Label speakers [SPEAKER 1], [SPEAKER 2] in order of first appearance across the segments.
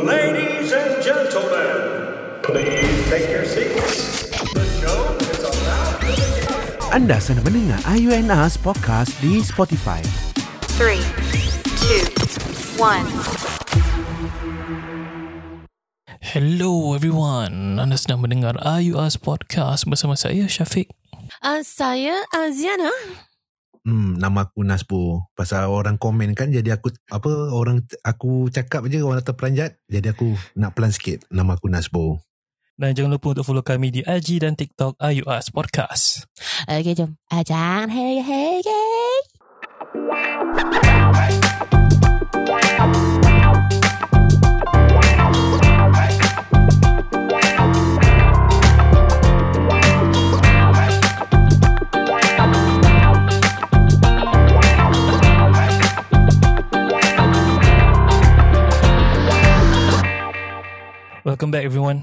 [SPEAKER 1] Ladies and gentlemen, please take your seats. The show is about to begin.
[SPEAKER 2] Anda sedang mendengar IUNA's podcast di Spotify.
[SPEAKER 3] Three, two, one.
[SPEAKER 4] Hello everyone. Anda sedang mendengar IUS Podcast bersama saya Syafiq.
[SPEAKER 5] Uh, saya Aziana.
[SPEAKER 2] Hmm, nama aku Nasbu. Pasal orang komen kan jadi aku apa orang aku cakap je orang terperanjat. Jadi aku nak pelan sikit. Nama aku Nasbu.
[SPEAKER 4] Dan jangan lupa untuk follow kami di IG dan TikTok IUS Podcast.
[SPEAKER 5] Okey, jom. Ajang, hey, hey, hey.
[SPEAKER 4] Welcome back everyone.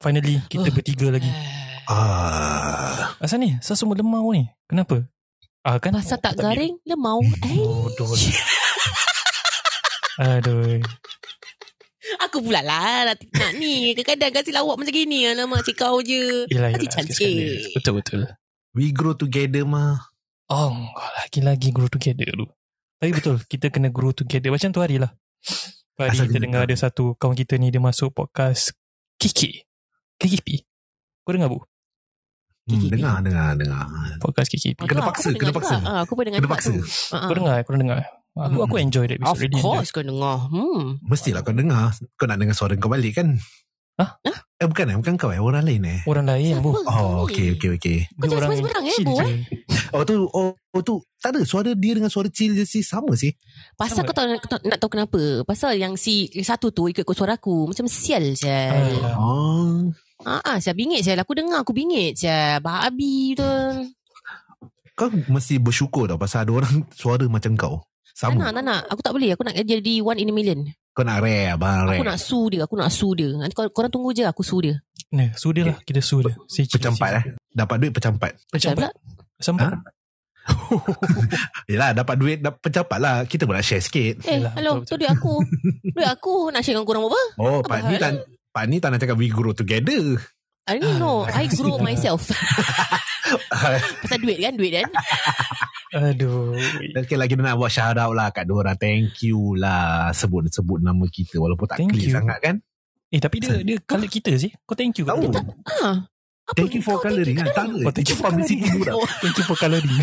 [SPEAKER 4] Finally kita
[SPEAKER 5] Oh.
[SPEAKER 4] bertiga lagi.
[SPEAKER 2] Ah,
[SPEAKER 4] Asal ni? Saya semua lemau ni. Kenapa? Ah kan
[SPEAKER 2] Oh,
[SPEAKER 5] Masa tak
[SPEAKER 4] biar-
[SPEAKER 5] garing, lemau. Eh,
[SPEAKER 4] Bodoh. Aduh.
[SPEAKER 5] aku pula lah nak, nak ni. Kadang-kadang kasi lawak macam gini. Alamak, cik kau je.
[SPEAKER 4] Yelah,
[SPEAKER 5] Nanti cantik.
[SPEAKER 4] Betul betul.
[SPEAKER 2] we grow together Hmm, mah.
[SPEAKER 4] Oh, lagi-lagi grow together tu. Tapi betul, kita kena grow together. Macam tu hari lah. Tu Hari
[SPEAKER 2] Asal
[SPEAKER 4] kita
[SPEAKER 2] dia
[SPEAKER 4] dengar ada satu kawan kita ni, dia masuk podcast Kiki. KKP. Kau dengar bu?
[SPEAKER 2] Hmm,
[SPEAKER 5] Gigi.
[SPEAKER 2] dengar, dengar, dengar.
[SPEAKER 4] Podcast KKP.
[SPEAKER 2] Kena
[SPEAKER 5] Betul, aku
[SPEAKER 2] paksa,
[SPEAKER 5] pun
[SPEAKER 2] kena
[SPEAKER 5] dengar
[SPEAKER 2] paksa.
[SPEAKER 5] juga. Ah, aku pun dengar
[SPEAKER 2] Kena
[SPEAKER 5] juga
[SPEAKER 2] paksa.
[SPEAKER 5] tu. Ah, ah.
[SPEAKER 4] Kau dengar, kau dengar. Aku, aku enjoy that
[SPEAKER 5] Hmm. Of
[SPEAKER 4] episode. really enjoy.
[SPEAKER 5] course kau dengar. Hmm.
[SPEAKER 2] Mestilah kau dengar. Kau nak dengar suara kau balik kan?
[SPEAKER 4] Hah?
[SPEAKER 2] Eh bukan eh, bukan kau eh, orang lain eh.
[SPEAKER 4] Orang lain bu.
[SPEAKER 5] Siapa
[SPEAKER 2] Oh,
[SPEAKER 5] kau
[SPEAKER 2] okey,
[SPEAKER 5] ni?
[SPEAKER 2] okey, okey.
[SPEAKER 4] Dia
[SPEAKER 5] jangan
[SPEAKER 4] orang
[SPEAKER 5] sembarang-sembarang, eh,
[SPEAKER 4] chill
[SPEAKER 5] Bu,
[SPEAKER 4] je.
[SPEAKER 2] Oh tu, oh, oh tu, tak ada suara dia dengan suara chill je sih sama sih.
[SPEAKER 5] Pasal
[SPEAKER 4] Sama.
[SPEAKER 5] kau tahu, nak, nak tahu kenapa. Pasal yang si yang satu tu ikut-ikut suara aku. Macam sial je.
[SPEAKER 4] Ah,
[SPEAKER 2] Oh.
[SPEAKER 5] Ah, ah, saya bingit saya. Aku dengar aku bingit saya. Babi tu.
[SPEAKER 2] Kau mesti bersyukur tau pasal ada orang suara macam kau.
[SPEAKER 5] Tak
[SPEAKER 2] Sama.
[SPEAKER 5] Kan nak, tak nak. Aku tak boleh. Aku nak jadi one in a million.
[SPEAKER 2] Kau nak rare abang rare.
[SPEAKER 5] Aku
[SPEAKER 4] Eh.
[SPEAKER 5] nak sue dia. Aku nak sue dia. Nanti kor- korang tunggu je aku sue dia.
[SPEAKER 4] Nah, sudah lah. Kita sudah. Si chill,
[SPEAKER 2] Pecah empat
[SPEAKER 4] si-
[SPEAKER 2] eh. Dapat duit pecah empat.
[SPEAKER 4] Pecah
[SPEAKER 5] Pecah
[SPEAKER 4] empat.
[SPEAKER 5] pula.
[SPEAKER 4] Sempat.
[SPEAKER 2] Yelah dapat duit dapat pecah empat lah. Kita pun nak share sikit.
[SPEAKER 5] Eh,
[SPEAKER 4] Yelah,
[SPEAKER 5] hello.
[SPEAKER 4] betul,
[SPEAKER 5] Tu duit aku. duit aku. Nak share dengan korang apa?
[SPEAKER 2] Oh
[SPEAKER 5] Apa
[SPEAKER 2] Pak Ni
[SPEAKER 5] hal?
[SPEAKER 2] tak Pak Ni tak nak cakap we grow together.
[SPEAKER 5] Hari ni no.
[SPEAKER 4] Ah.
[SPEAKER 5] I grow myself. Pasal duit kan? Duit kan?
[SPEAKER 4] Aduh.
[SPEAKER 2] Okay lagi lah, nak buat shout out lah kat dua orang. Thank you lah sebut-sebut nama kita walaupun tak
[SPEAKER 4] Thank
[SPEAKER 2] clear
[SPEAKER 4] you.
[SPEAKER 2] sangat kan.
[SPEAKER 4] Eh, tapi dia dia color kita sih. Kau thank you. kat
[SPEAKER 2] Tahu.
[SPEAKER 4] dia.
[SPEAKER 5] Ha. Apa
[SPEAKER 2] Thank you for
[SPEAKER 5] kau thank
[SPEAKER 2] coloring
[SPEAKER 5] you
[SPEAKER 2] kan. Tak ada.
[SPEAKER 4] Oh, thank you for
[SPEAKER 2] publicity pula.
[SPEAKER 5] Oh,
[SPEAKER 4] Thank you for coloring.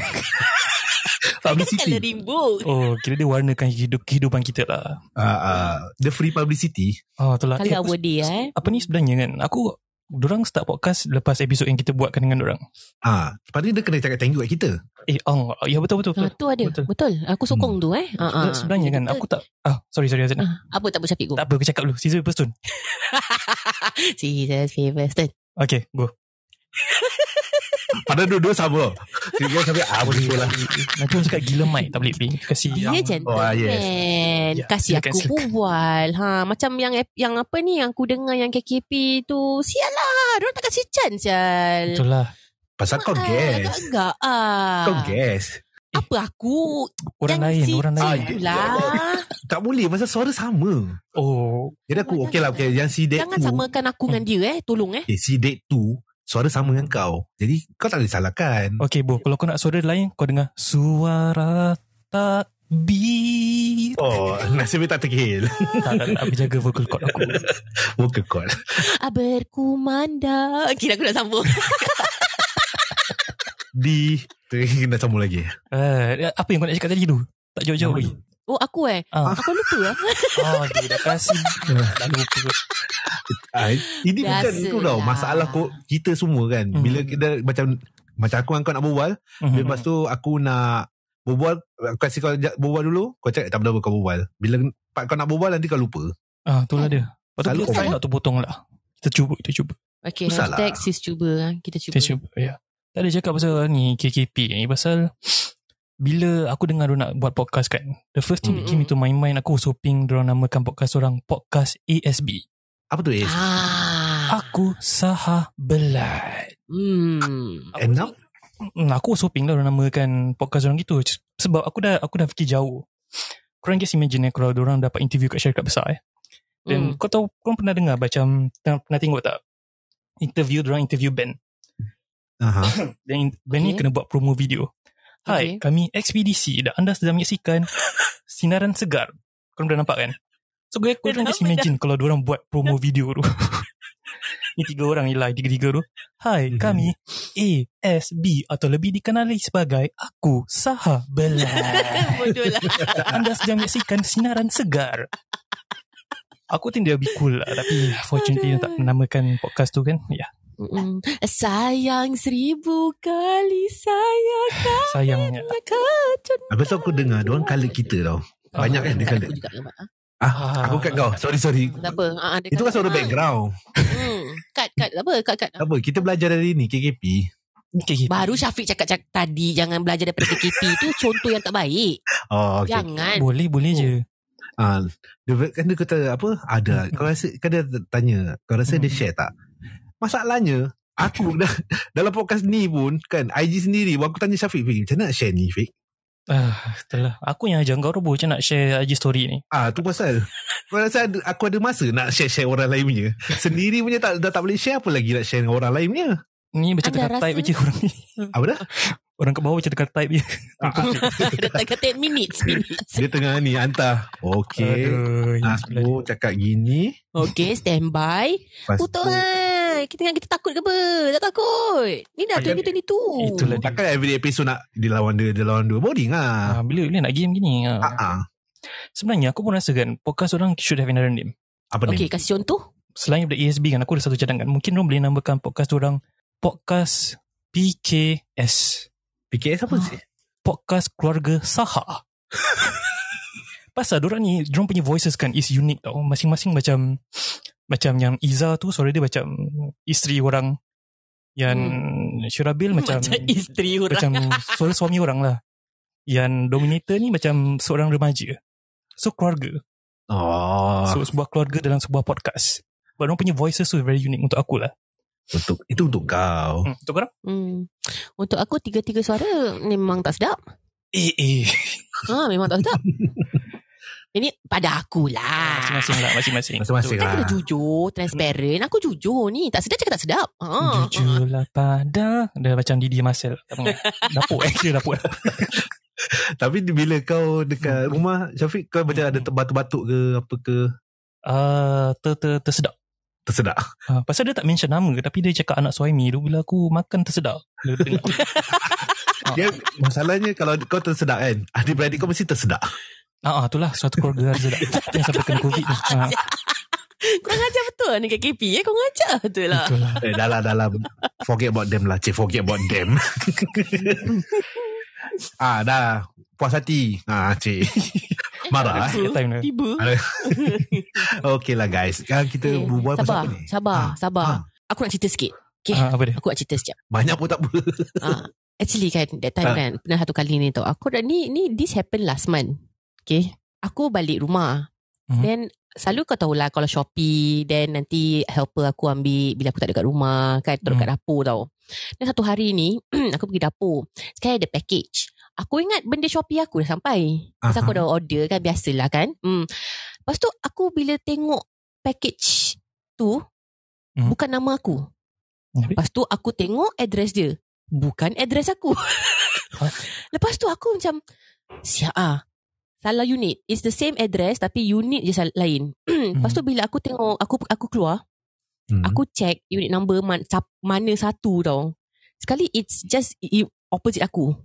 [SPEAKER 2] Publicity.
[SPEAKER 5] coloring book.
[SPEAKER 4] Oh, kira dia warnakan hidup, kehidupan kita lah.
[SPEAKER 2] Ah, ah, The free publicity.
[SPEAKER 4] Oh, itulah.
[SPEAKER 5] Kalau
[SPEAKER 4] apa,
[SPEAKER 5] our day eh.
[SPEAKER 4] apa ni sebenarnya kan? Aku, dorang start podcast lepas episod yang kita buatkan dengan dorang.
[SPEAKER 2] Ah, Pak Ni dia kena cakap thank you kat kita.
[SPEAKER 4] Eh, oh, ya betul-betul.
[SPEAKER 5] Ha,
[SPEAKER 4] betul.
[SPEAKER 5] tu ada.
[SPEAKER 4] Betul. Hmm.
[SPEAKER 5] Betul. Aku sokong tu eh. Ha, ha.
[SPEAKER 4] Sebenarnya kan, aku tak... Ah, sorry, sorry. Azad.
[SPEAKER 5] Ah, apa tak boleh capik
[SPEAKER 4] Tak apa, aku cakap dulu. Scissor, paper, stone.
[SPEAKER 5] Jesus, favor, stone.
[SPEAKER 4] Okay, go.
[SPEAKER 2] Padahal dua-dua sama. Tiga sampai ah, betul lah.
[SPEAKER 4] Nanti orang cakap gila mic. Tak boleh, please. Kasih.
[SPEAKER 5] Dia
[SPEAKER 2] Oh, ah,
[SPEAKER 5] gentleman.
[SPEAKER 2] yes.
[SPEAKER 4] Ya,
[SPEAKER 5] Kasih
[SPEAKER 4] silakan,
[SPEAKER 5] aku
[SPEAKER 4] silakan.
[SPEAKER 5] bual. Ha, macam yang yang apa ni yang aku dengar yang KKP tu. Sial lah. Diorang tak kasi chance sial.
[SPEAKER 4] Betul lah.
[SPEAKER 2] Pasal kau guess.
[SPEAKER 5] Agak-agak. Ah.
[SPEAKER 2] Kau guess.
[SPEAKER 5] Apa aku?
[SPEAKER 4] Orang
[SPEAKER 5] Jangan
[SPEAKER 4] lain,
[SPEAKER 5] si
[SPEAKER 4] orang lain. Ah, ya.
[SPEAKER 5] Cik tu lah.
[SPEAKER 2] Tak boleh pasal suara sama.
[SPEAKER 4] Oh,
[SPEAKER 2] Jadi aku okey lah okay. Yang si date
[SPEAKER 5] Jangan
[SPEAKER 2] 2
[SPEAKER 5] samakan aku dengan
[SPEAKER 4] Hmm.
[SPEAKER 5] dia eh. Tolong eh.
[SPEAKER 2] okay, Si date 2 Suara sama dengan kau Jadi kau tak boleh salahkan
[SPEAKER 4] okay, Bo. Kalau kau nak suara lain, kau dengar suara tak beat.
[SPEAKER 2] Oh nasibnya tak terkil
[SPEAKER 4] tak, tak, tak. Aku jaga vocal cord aku.
[SPEAKER 2] Muka kau lah.
[SPEAKER 5] Ah, berkumandang. Kira aku nak sambung.
[SPEAKER 2] Di Tu kena sambung lagi
[SPEAKER 4] Eh, apa yang kau nak cakap tadi tu? Tak jauh-jauh.
[SPEAKER 2] Yang
[SPEAKER 4] lagi.
[SPEAKER 5] Oh, aku eh.
[SPEAKER 4] Ah.
[SPEAKER 5] Aku lupa eh.
[SPEAKER 4] Oh, dia dah kasih. dah lupa.
[SPEAKER 2] ah, Ini bukan
[SPEAKER 5] Biasalah.
[SPEAKER 2] itu tau Masalah kau, kita semua kan
[SPEAKER 4] Hmm.
[SPEAKER 2] Bila kita macam Macam aku dengan kau nak berbual
[SPEAKER 4] Mhm.
[SPEAKER 2] Lepas tu aku nak Berbual Aku kasi kau ja- berbual dulu Kau cakap tak apa-apa kau berbual Bila part kau nak berbual Nanti kau lupa
[SPEAKER 4] Ah, itulah dia. Lepas tu
[SPEAKER 2] Selalu
[SPEAKER 4] kita tak
[SPEAKER 2] orang-
[SPEAKER 4] nak tu potong lah. Kita cuba, kita cuba.
[SPEAKER 5] Okay,
[SPEAKER 2] Susah lah.
[SPEAKER 5] hashtag sis cuba. eh. Kita cuba.
[SPEAKER 4] Kita cuba, ya. Tak ada cakap pasal ni KKP ni. Pasal bila aku dengar dia nak buat podcast kan. The first thing that came into
[SPEAKER 5] Mm-mm.
[SPEAKER 4] my mind aku was hoping dia namakan podcast orang podcast ASB.
[SPEAKER 2] Apa tu Is?
[SPEAKER 5] Ah.
[SPEAKER 4] Aku saha belat.
[SPEAKER 5] Hmm.
[SPEAKER 4] Ah, Apa
[SPEAKER 2] And now
[SPEAKER 4] Hmm, aku was hoping lah orang namakan podcast orang gitu C- sebab aku dah aku dah fikir jauh. Korang just imagine eh kalau orang dapat interview kat syarikat besar eh. Dan
[SPEAKER 5] Hmm.
[SPEAKER 4] kau tahu kau pernah dengar macam pernah, pernah tengok tak interview orang interview band.
[SPEAKER 2] Aha.
[SPEAKER 4] Dan in- band ni
[SPEAKER 5] Okay.
[SPEAKER 4] kena buat promo video. Hai,
[SPEAKER 5] Okay.
[SPEAKER 4] kami ekspedisi dan anda sedang menyaksikan sinaran segar. Kau dah nampak kan? So gue kau
[SPEAKER 5] Dah
[SPEAKER 4] just
[SPEAKER 5] lama
[SPEAKER 4] imagine kalau orang buat promo video tu. Ni tiga orang ni lah, tiga-tiga tu. Hai,
[SPEAKER 2] Mhm.
[SPEAKER 4] kami A, S, B atau lebih dikenali sebagai aku Saha Belan.
[SPEAKER 5] Bodoh lah.
[SPEAKER 4] Anda sedang menyaksikan sinaran segar. Aku think dia lebih cool lah Tapi fortunately dia tak menamakan podcast tu kan Ya
[SPEAKER 5] Mm-mm. Sayang seribu kali sayang
[SPEAKER 4] sayangnya
[SPEAKER 5] kau.
[SPEAKER 2] Habis tu aku dengar Diorang colour kita tau Banyak kan dia colour
[SPEAKER 5] Aku juga lama.
[SPEAKER 2] Ah, Aku kat kau Sorry sorry
[SPEAKER 5] Tak apa. Ah, ah, dia
[SPEAKER 2] Itu kan
[SPEAKER 5] kata-
[SPEAKER 2] suara background
[SPEAKER 5] Hmm. Cut, cut. Tak apa, cut, cut.
[SPEAKER 2] Tak
[SPEAKER 4] Ah.
[SPEAKER 2] apa Kita belajar dari ni KKP
[SPEAKER 4] okay,
[SPEAKER 5] Baru Syafiq cakap, cakap tadi jangan belajar daripada KKP tu contoh yang tak baik.
[SPEAKER 2] Oh okay
[SPEAKER 4] Ya.
[SPEAKER 5] Jangan.
[SPEAKER 4] Boleh boleh je
[SPEAKER 2] Ah, dia ber- kan dia kata apa ada kau rasa kan dia tanya kau rasa dia
[SPEAKER 4] Hmm.
[SPEAKER 2] share tak masalahnya aku dah dalam podcast ni pun kan IG sendiri pun aku tanya Syafiq Fik macam mana nak share ni Fik
[SPEAKER 4] ah, Itulah Aku yang ajar kau roboh Macam nak share IG story ni
[SPEAKER 2] ah tu pasal kau rasa ada, aku ada masa nak share-share orang lain punya sendiri punya tak, dah tak boleh share apa lagi nak share dengan orang lain punya
[SPEAKER 4] Ni macam
[SPEAKER 5] Anda
[SPEAKER 4] tengah
[SPEAKER 5] rasa-
[SPEAKER 4] type je orang ni
[SPEAKER 2] apa dah
[SPEAKER 4] Orang kat bawah macam tengah type je
[SPEAKER 5] Dia tak kata minutes. minutes.
[SPEAKER 2] dia tengah ni hantar okey Ah,
[SPEAKER 4] Aduh, ya Allah.
[SPEAKER 2] Asmo cakap gini
[SPEAKER 5] Okay, stand by.
[SPEAKER 2] lepas tu-
[SPEAKER 5] Putus lah. Kita ingat kita takut ke apa? Tak takut. Ni dah
[SPEAKER 2] Takkan-
[SPEAKER 5] 2022.
[SPEAKER 4] Itulah dia
[SPEAKER 2] takkan every episode nak dilawan dia dilawan dua boring lah
[SPEAKER 4] ah, Bila bila nak game gini ah.
[SPEAKER 2] ah, ah.
[SPEAKER 4] Sebenarnya aku pun rasa kan Podcast orang should have another name
[SPEAKER 2] apa ni
[SPEAKER 5] Okay, kasih contoh.
[SPEAKER 4] Selain daripada ASB kan Aku ada satu cadangan Mungkin orang boleh namakan podcast orang Podcast PKS
[SPEAKER 2] PKS apa sih
[SPEAKER 4] podcast keluarga Saha. Pasal diorang ni, diorang punya voices kan is unique tau. Masing-masing macam, macam yang Iza tu suara dia macam isteri orang. Yang Syurabil macam,
[SPEAKER 5] Macam isteri orang.
[SPEAKER 4] macam suara suami orang lah. Yang Dominator ni macam seorang remaja. So keluarga.
[SPEAKER 2] oh
[SPEAKER 4] So sebuah keluarga dalam sebuah podcast. But diorang punya voices tu very unique untuk aku lah.
[SPEAKER 2] Untuk itu untuk kau.
[SPEAKER 4] Hmm, untuk korang?
[SPEAKER 5] Hmm. Untuk aku tiga-tiga suara memang tak sedap.
[SPEAKER 4] Eh, eh.
[SPEAKER 5] Ha, memang tak sedap. Ini
[SPEAKER 2] Ah,
[SPEAKER 5] pada akulah.
[SPEAKER 4] Masing-masing lah, masing-masing.
[SPEAKER 2] Masing-masing
[SPEAKER 5] Kita
[SPEAKER 2] lah.
[SPEAKER 5] kena jujur, transparent. Aku jujur ni. Tak sedap cakap tak sedap. Ha.
[SPEAKER 4] Jujurlah pada Dah macam Didi Marcel Tak pernah. Dapur eh Kira dapur
[SPEAKER 2] Tapi bila kau dekat rumah Syafiq kau macam ada terbatuk-batuk ke apa ke
[SPEAKER 4] uh, ter, ter, Tersedak
[SPEAKER 2] tersedak.
[SPEAKER 4] uh, Pasal dia tak mention nama Tapi dia cakap anak suami tu Bila aku makan tersedak Dia tengok.
[SPEAKER 2] Dia masalahnya kalau kau tersedak kan, adik beradik kau mesti tersedak.
[SPEAKER 4] Ah, ah, itulah Suatu keluarga harus tersedak Yang sampai kena covid tu Ah,
[SPEAKER 5] Kau ngajar betul ni kat KP eh. Kau ngajar betul lah.
[SPEAKER 4] Itulah
[SPEAKER 2] Eh, dah lah, dah lah. Forget about them lah. Cik, forget about them. ah, dah. Puas hati. Ah, cik.
[SPEAKER 5] Ah,
[SPEAKER 2] Marah eh.
[SPEAKER 4] Second time dia.
[SPEAKER 5] Tiba.
[SPEAKER 2] Okay lah guys. Sekarang kita
[SPEAKER 5] Eh,
[SPEAKER 2] berbual pasal
[SPEAKER 5] sabar,
[SPEAKER 2] apa ni?
[SPEAKER 5] sabar,
[SPEAKER 2] Ah,
[SPEAKER 5] sabar.
[SPEAKER 2] ah.
[SPEAKER 5] Aku nak cerita sikit. Okay.
[SPEAKER 4] Ah, Apa dia
[SPEAKER 5] Aku nak cerita sekejap.
[SPEAKER 2] Banyak pun tak apa.
[SPEAKER 5] Ha. Actually kan, that time
[SPEAKER 2] Ah.
[SPEAKER 5] kan, pernah satu kali ni tau. Aku dah ni, ni this happened last month. Okay. Aku balik rumah.
[SPEAKER 4] Mhm.
[SPEAKER 5] Then, selalu kau tahulah kalau Shopee, then nanti helper aku ambil bila aku tak ada kat rumah kan, taruh
[SPEAKER 2] Mhm.
[SPEAKER 5] kat dapur tau. Dan satu hari ni, aku pergi dapur. Sekarang ada package. Aku ingat benda Shopee aku dah sampai.
[SPEAKER 2] Aha.
[SPEAKER 5] Pasal aku dah order kan, biasalah kan. Hmm. Lepas tu, aku bila tengok package tu,
[SPEAKER 2] Hmm.
[SPEAKER 4] Mhm.
[SPEAKER 5] bukan nama aku.
[SPEAKER 4] Habis?
[SPEAKER 5] Lepas tu aku tengok address dia. Bukan address aku. Lepas tu aku macam, siap ah. Salah unit. It's the same address tapi unit je sal- lain. Lepas tu bila aku tengok, aku aku keluar,
[SPEAKER 2] Hmm.
[SPEAKER 5] aku check unit number man, sap- mana satu tau. Sekali it's just i- i- opposite aku.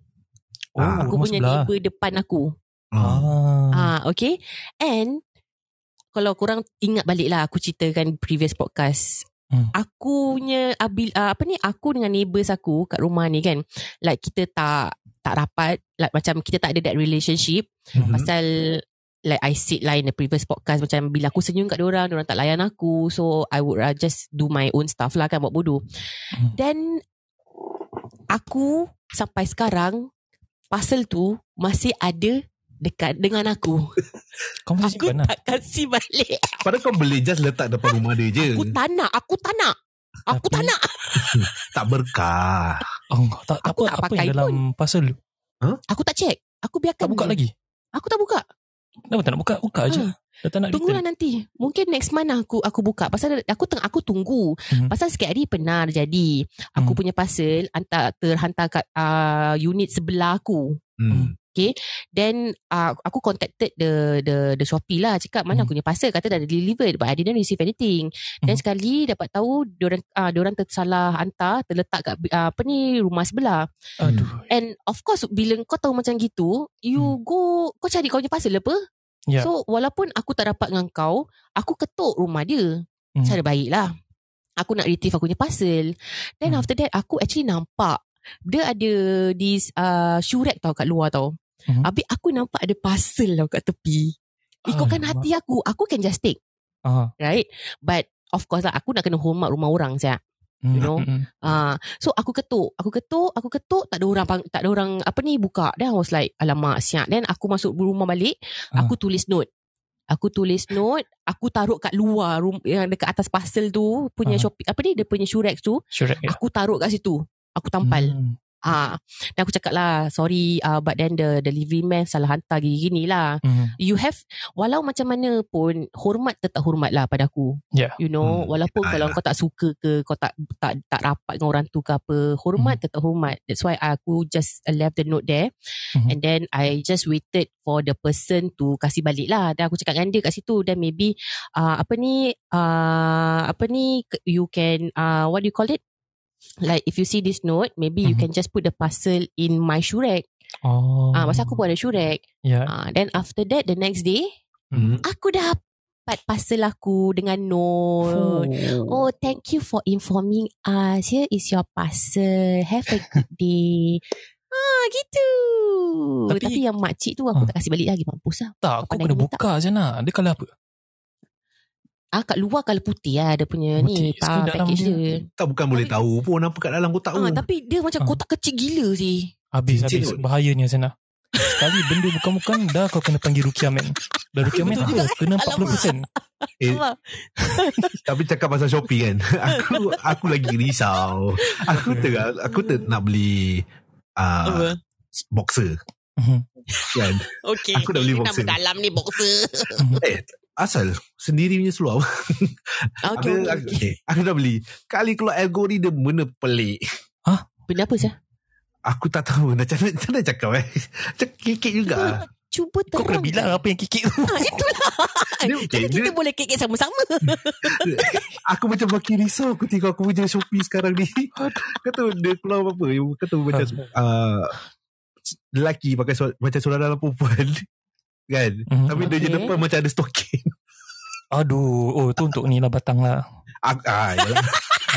[SPEAKER 4] Oh
[SPEAKER 2] Ah,
[SPEAKER 5] Aku
[SPEAKER 4] rumah
[SPEAKER 5] punya
[SPEAKER 4] sebelah.
[SPEAKER 5] neighbor depan aku.
[SPEAKER 2] Ah.
[SPEAKER 4] Ah,
[SPEAKER 5] Ah, okay. And kalau korang ingat balik lah aku ceritakan previous podcast.
[SPEAKER 4] Hmm.
[SPEAKER 5] Aku punya abil, ah, apa ni aku dengan neighbours aku kat rumah ni kan. Like kita tak tak rapat, like macam kita tak ada that relationship
[SPEAKER 4] Hmm.
[SPEAKER 2] Mhm.
[SPEAKER 5] pasal like I said lah in the previous podcast macam bila aku senyum kat diorang, diorang tak layan aku. So I would uh, just do my own stuff lah kan buat bodoh.
[SPEAKER 4] Hmm.
[SPEAKER 5] Then aku sampai sekarang parcel tu masih ada dekat dengan aku.
[SPEAKER 4] Kau mesti
[SPEAKER 5] Aku
[SPEAKER 4] simpan lah
[SPEAKER 5] tak kasih balik.
[SPEAKER 2] Padahal kau boleh just letak depan rumah dia je.
[SPEAKER 5] Aku tak nak. Aku tak nak. Aku
[SPEAKER 4] Tapi-
[SPEAKER 5] tak nak.
[SPEAKER 2] Tak berkah.
[SPEAKER 4] oh, tak, tak
[SPEAKER 5] Aku
[SPEAKER 4] apa
[SPEAKER 5] tak
[SPEAKER 4] Apa
[SPEAKER 5] pakai
[SPEAKER 4] yang dalam pasal
[SPEAKER 5] Aku tak check. Aku biarkan.
[SPEAKER 4] Tak buka
[SPEAKER 5] je.
[SPEAKER 4] lagi
[SPEAKER 5] Aku tak buka. Ah,
[SPEAKER 4] Kenapa tak nak buka? Buka je. Dah tak nak
[SPEAKER 5] Tunggulah
[SPEAKER 4] return.
[SPEAKER 5] nanti. Mungkin next month lah aku aku buka. Pasal aku tengah aku tunggu.
[SPEAKER 4] Mhm.
[SPEAKER 5] Hmm. Pasal sikit hari pernah jadi. Aku
[SPEAKER 4] Hmm.
[SPEAKER 5] punya parcel hantar terhantar kat uh, unit sebelah aku.
[SPEAKER 2] Hmm.
[SPEAKER 5] Then uh, aku contacted the the the Shopee lah cakap mana
[SPEAKER 4] Hmm.
[SPEAKER 5] aku punya parcel kata dah delivered but I didn't receive anything. Then
[SPEAKER 4] Hmm.
[SPEAKER 5] sekali dapat tahu diorang uh, diorang tersalah hantar terletak kat uh, apa ni rumah sebelah.
[SPEAKER 4] Aduh.
[SPEAKER 5] And of course bila kau tahu macam gitu, you
[SPEAKER 4] Hmm.
[SPEAKER 5] go kau cari kau punya parcel apa?
[SPEAKER 4] Ya.
[SPEAKER 5] So walaupun aku tak dapat dengan kau, aku ketuk rumah dia.
[SPEAKER 4] Hmm.
[SPEAKER 5] Cara baiklah. Aku nak retrieve aku punya parcel. Then
[SPEAKER 4] Hmm.
[SPEAKER 5] after that aku actually nampak dia ada this uh, shoe rack tau kat luar tau.
[SPEAKER 4] Mhm.
[SPEAKER 5] Habis aku nampak ada parcel tau kat tepi. Ikutkan
[SPEAKER 4] Alamak.
[SPEAKER 5] hati aku. Aku can just take.
[SPEAKER 4] Aha.
[SPEAKER 5] Right? But of course lah aku nak kena hormat rumah orang saya. You know?
[SPEAKER 4] Mm, mm,
[SPEAKER 5] Ah, so aku ketuk, aku ketuk, aku ketuk, tak ada orang pang- tak ada orang apa ni buka. Then I was like, alamak siap. Then aku masuk rumah balik,
[SPEAKER 4] Ah.
[SPEAKER 5] aku tulis note. Aku tulis note, aku taruh kat luar rum, yang dekat atas parcel tu punya
[SPEAKER 4] Ah.
[SPEAKER 5] shopping apa ni dia punya shoe rack tu,
[SPEAKER 4] Sure. ya.
[SPEAKER 5] aku taruh kat situ. Aku tampal.
[SPEAKER 4] Mm.
[SPEAKER 5] Ah, dan aku cakap lah, sorry uh, but then the delivery man salah hantar gini-gini lah
[SPEAKER 4] Mm.
[SPEAKER 5] you have walau macam mana pun hormat tetap hormat lah pada aku
[SPEAKER 4] Yeah.
[SPEAKER 5] you know
[SPEAKER 2] Hmm.
[SPEAKER 5] walaupun kalau
[SPEAKER 2] Alah.
[SPEAKER 5] kau tak suka ke kau tak tak tak rapat dengan orang tu ke apa hormat tetap hormat that's why aku just uh, left the note there
[SPEAKER 4] Mhm.
[SPEAKER 5] and then I just waited for the person to kasih balik lah dan aku cakap dengan dia kat situ dan maybe uh, apa ni uh, apa ni ke- you can uh, what do you call it like if you see this note maybe you
[SPEAKER 4] Mhm.
[SPEAKER 5] can just put the parcel in my shoe rack
[SPEAKER 4] Oh.
[SPEAKER 5] ah masa aku pun ada shoe rack
[SPEAKER 4] Ya.
[SPEAKER 5] ah then after that the next day
[SPEAKER 2] Hmm.
[SPEAKER 5] aku dapat parcel aku dengan note. Oh. thank you for informing us. Here is your parcel. Have a good day. ah, gitu. Tapi,
[SPEAKER 4] Tapi-
[SPEAKER 5] Tapi yang makcik tu aku
[SPEAKER 4] Ah.
[SPEAKER 5] tak kasih balik lagi mampus lah.
[SPEAKER 4] Tak, aku
[SPEAKER 5] Pandai
[SPEAKER 4] kena
[SPEAKER 5] minta.
[SPEAKER 4] buka je nak. Dia kalau apa?
[SPEAKER 5] Ah, kat luar kalau putih lah dia punya
[SPEAKER 4] Putih.
[SPEAKER 5] ni pa,
[SPEAKER 4] Sekali dalam
[SPEAKER 5] package
[SPEAKER 4] dia-
[SPEAKER 5] dia.
[SPEAKER 2] Tak bukan boleh tahu pun apa kat dalam kau tahu.
[SPEAKER 5] Ah, tapi dia macam
[SPEAKER 4] Ah.
[SPEAKER 5] kotak kecil gila sih.
[SPEAKER 4] Habis,
[SPEAKER 2] Cincin
[SPEAKER 4] habis.
[SPEAKER 2] kot.
[SPEAKER 4] Bahayanya sana. Sekali benda bukan-bukan, dah kau kena panggil Rukia Man. Dah Rukia Man
[SPEAKER 5] Betul eh.
[SPEAKER 4] apa? Kena
[SPEAKER 5] Alamak.
[SPEAKER 4] 40%.
[SPEAKER 2] Eh,
[SPEAKER 5] Apa?
[SPEAKER 2] Tapi cakap pasal Shopee kan Aku aku lagi risau Aku ter, aku ter, nak beli uh,
[SPEAKER 5] Apa?
[SPEAKER 2] Boxer
[SPEAKER 4] Ah. Mhm.
[SPEAKER 2] kan?
[SPEAKER 5] Okay.
[SPEAKER 2] Aku dah beli
[SPEAKER 5] Ini
[SPEAKER 2] boxer.
[SPEAKER 5] Nama dalam ni boxer.
[SPEAKER 2] Asal Sendiri punya seluar aku,
[SPEAKER 5] Ah, okay, okay,
[SPEAKER 2] aku,
[SPEAKER 5] okay.
[SPEAKER 2] okay. aku dah beli Kali keluar algoritma Benda pelik
[SPEAKER 5] Benda apa sah?
[SPEAKER 2] Aku tak tahu Nak macam mana- macam mana cakap eh Macam kekek juga
[SPEAKER 5] Cuba
[SPEAKER 4] Kau kena
[SPEAKER 5] terang.
[SPEAKER 4] bilang apa yang kikik tu.
[SPEAKER 5] Ah, itulah.
[SPEAKER 2] Dia okay,
[SPEAKER 5] Jadi kita
[SPEAKER 2] dia-
[SPEAKER 5] boleh kek sama-sama.
[SPEAKER 2] Aku macam makin risau Ketika aku punya Shopee sekarang ni Kau tahu dia keluar apa Kau tahu macam uh, Lelaki pakai suara, Macam suara dalam perempuan Kan
[SPEAKER 4] Mhm.
[SPEAKER 2] Tapi dia je
[SPEAKER 5] Okay.
[SPEAKER 2] depan Macam ada stocking
[SPEAKER 4] Aduh, oh tu untuk ni lah batang lah.
[SPEAKER 2] aku, ah, ya.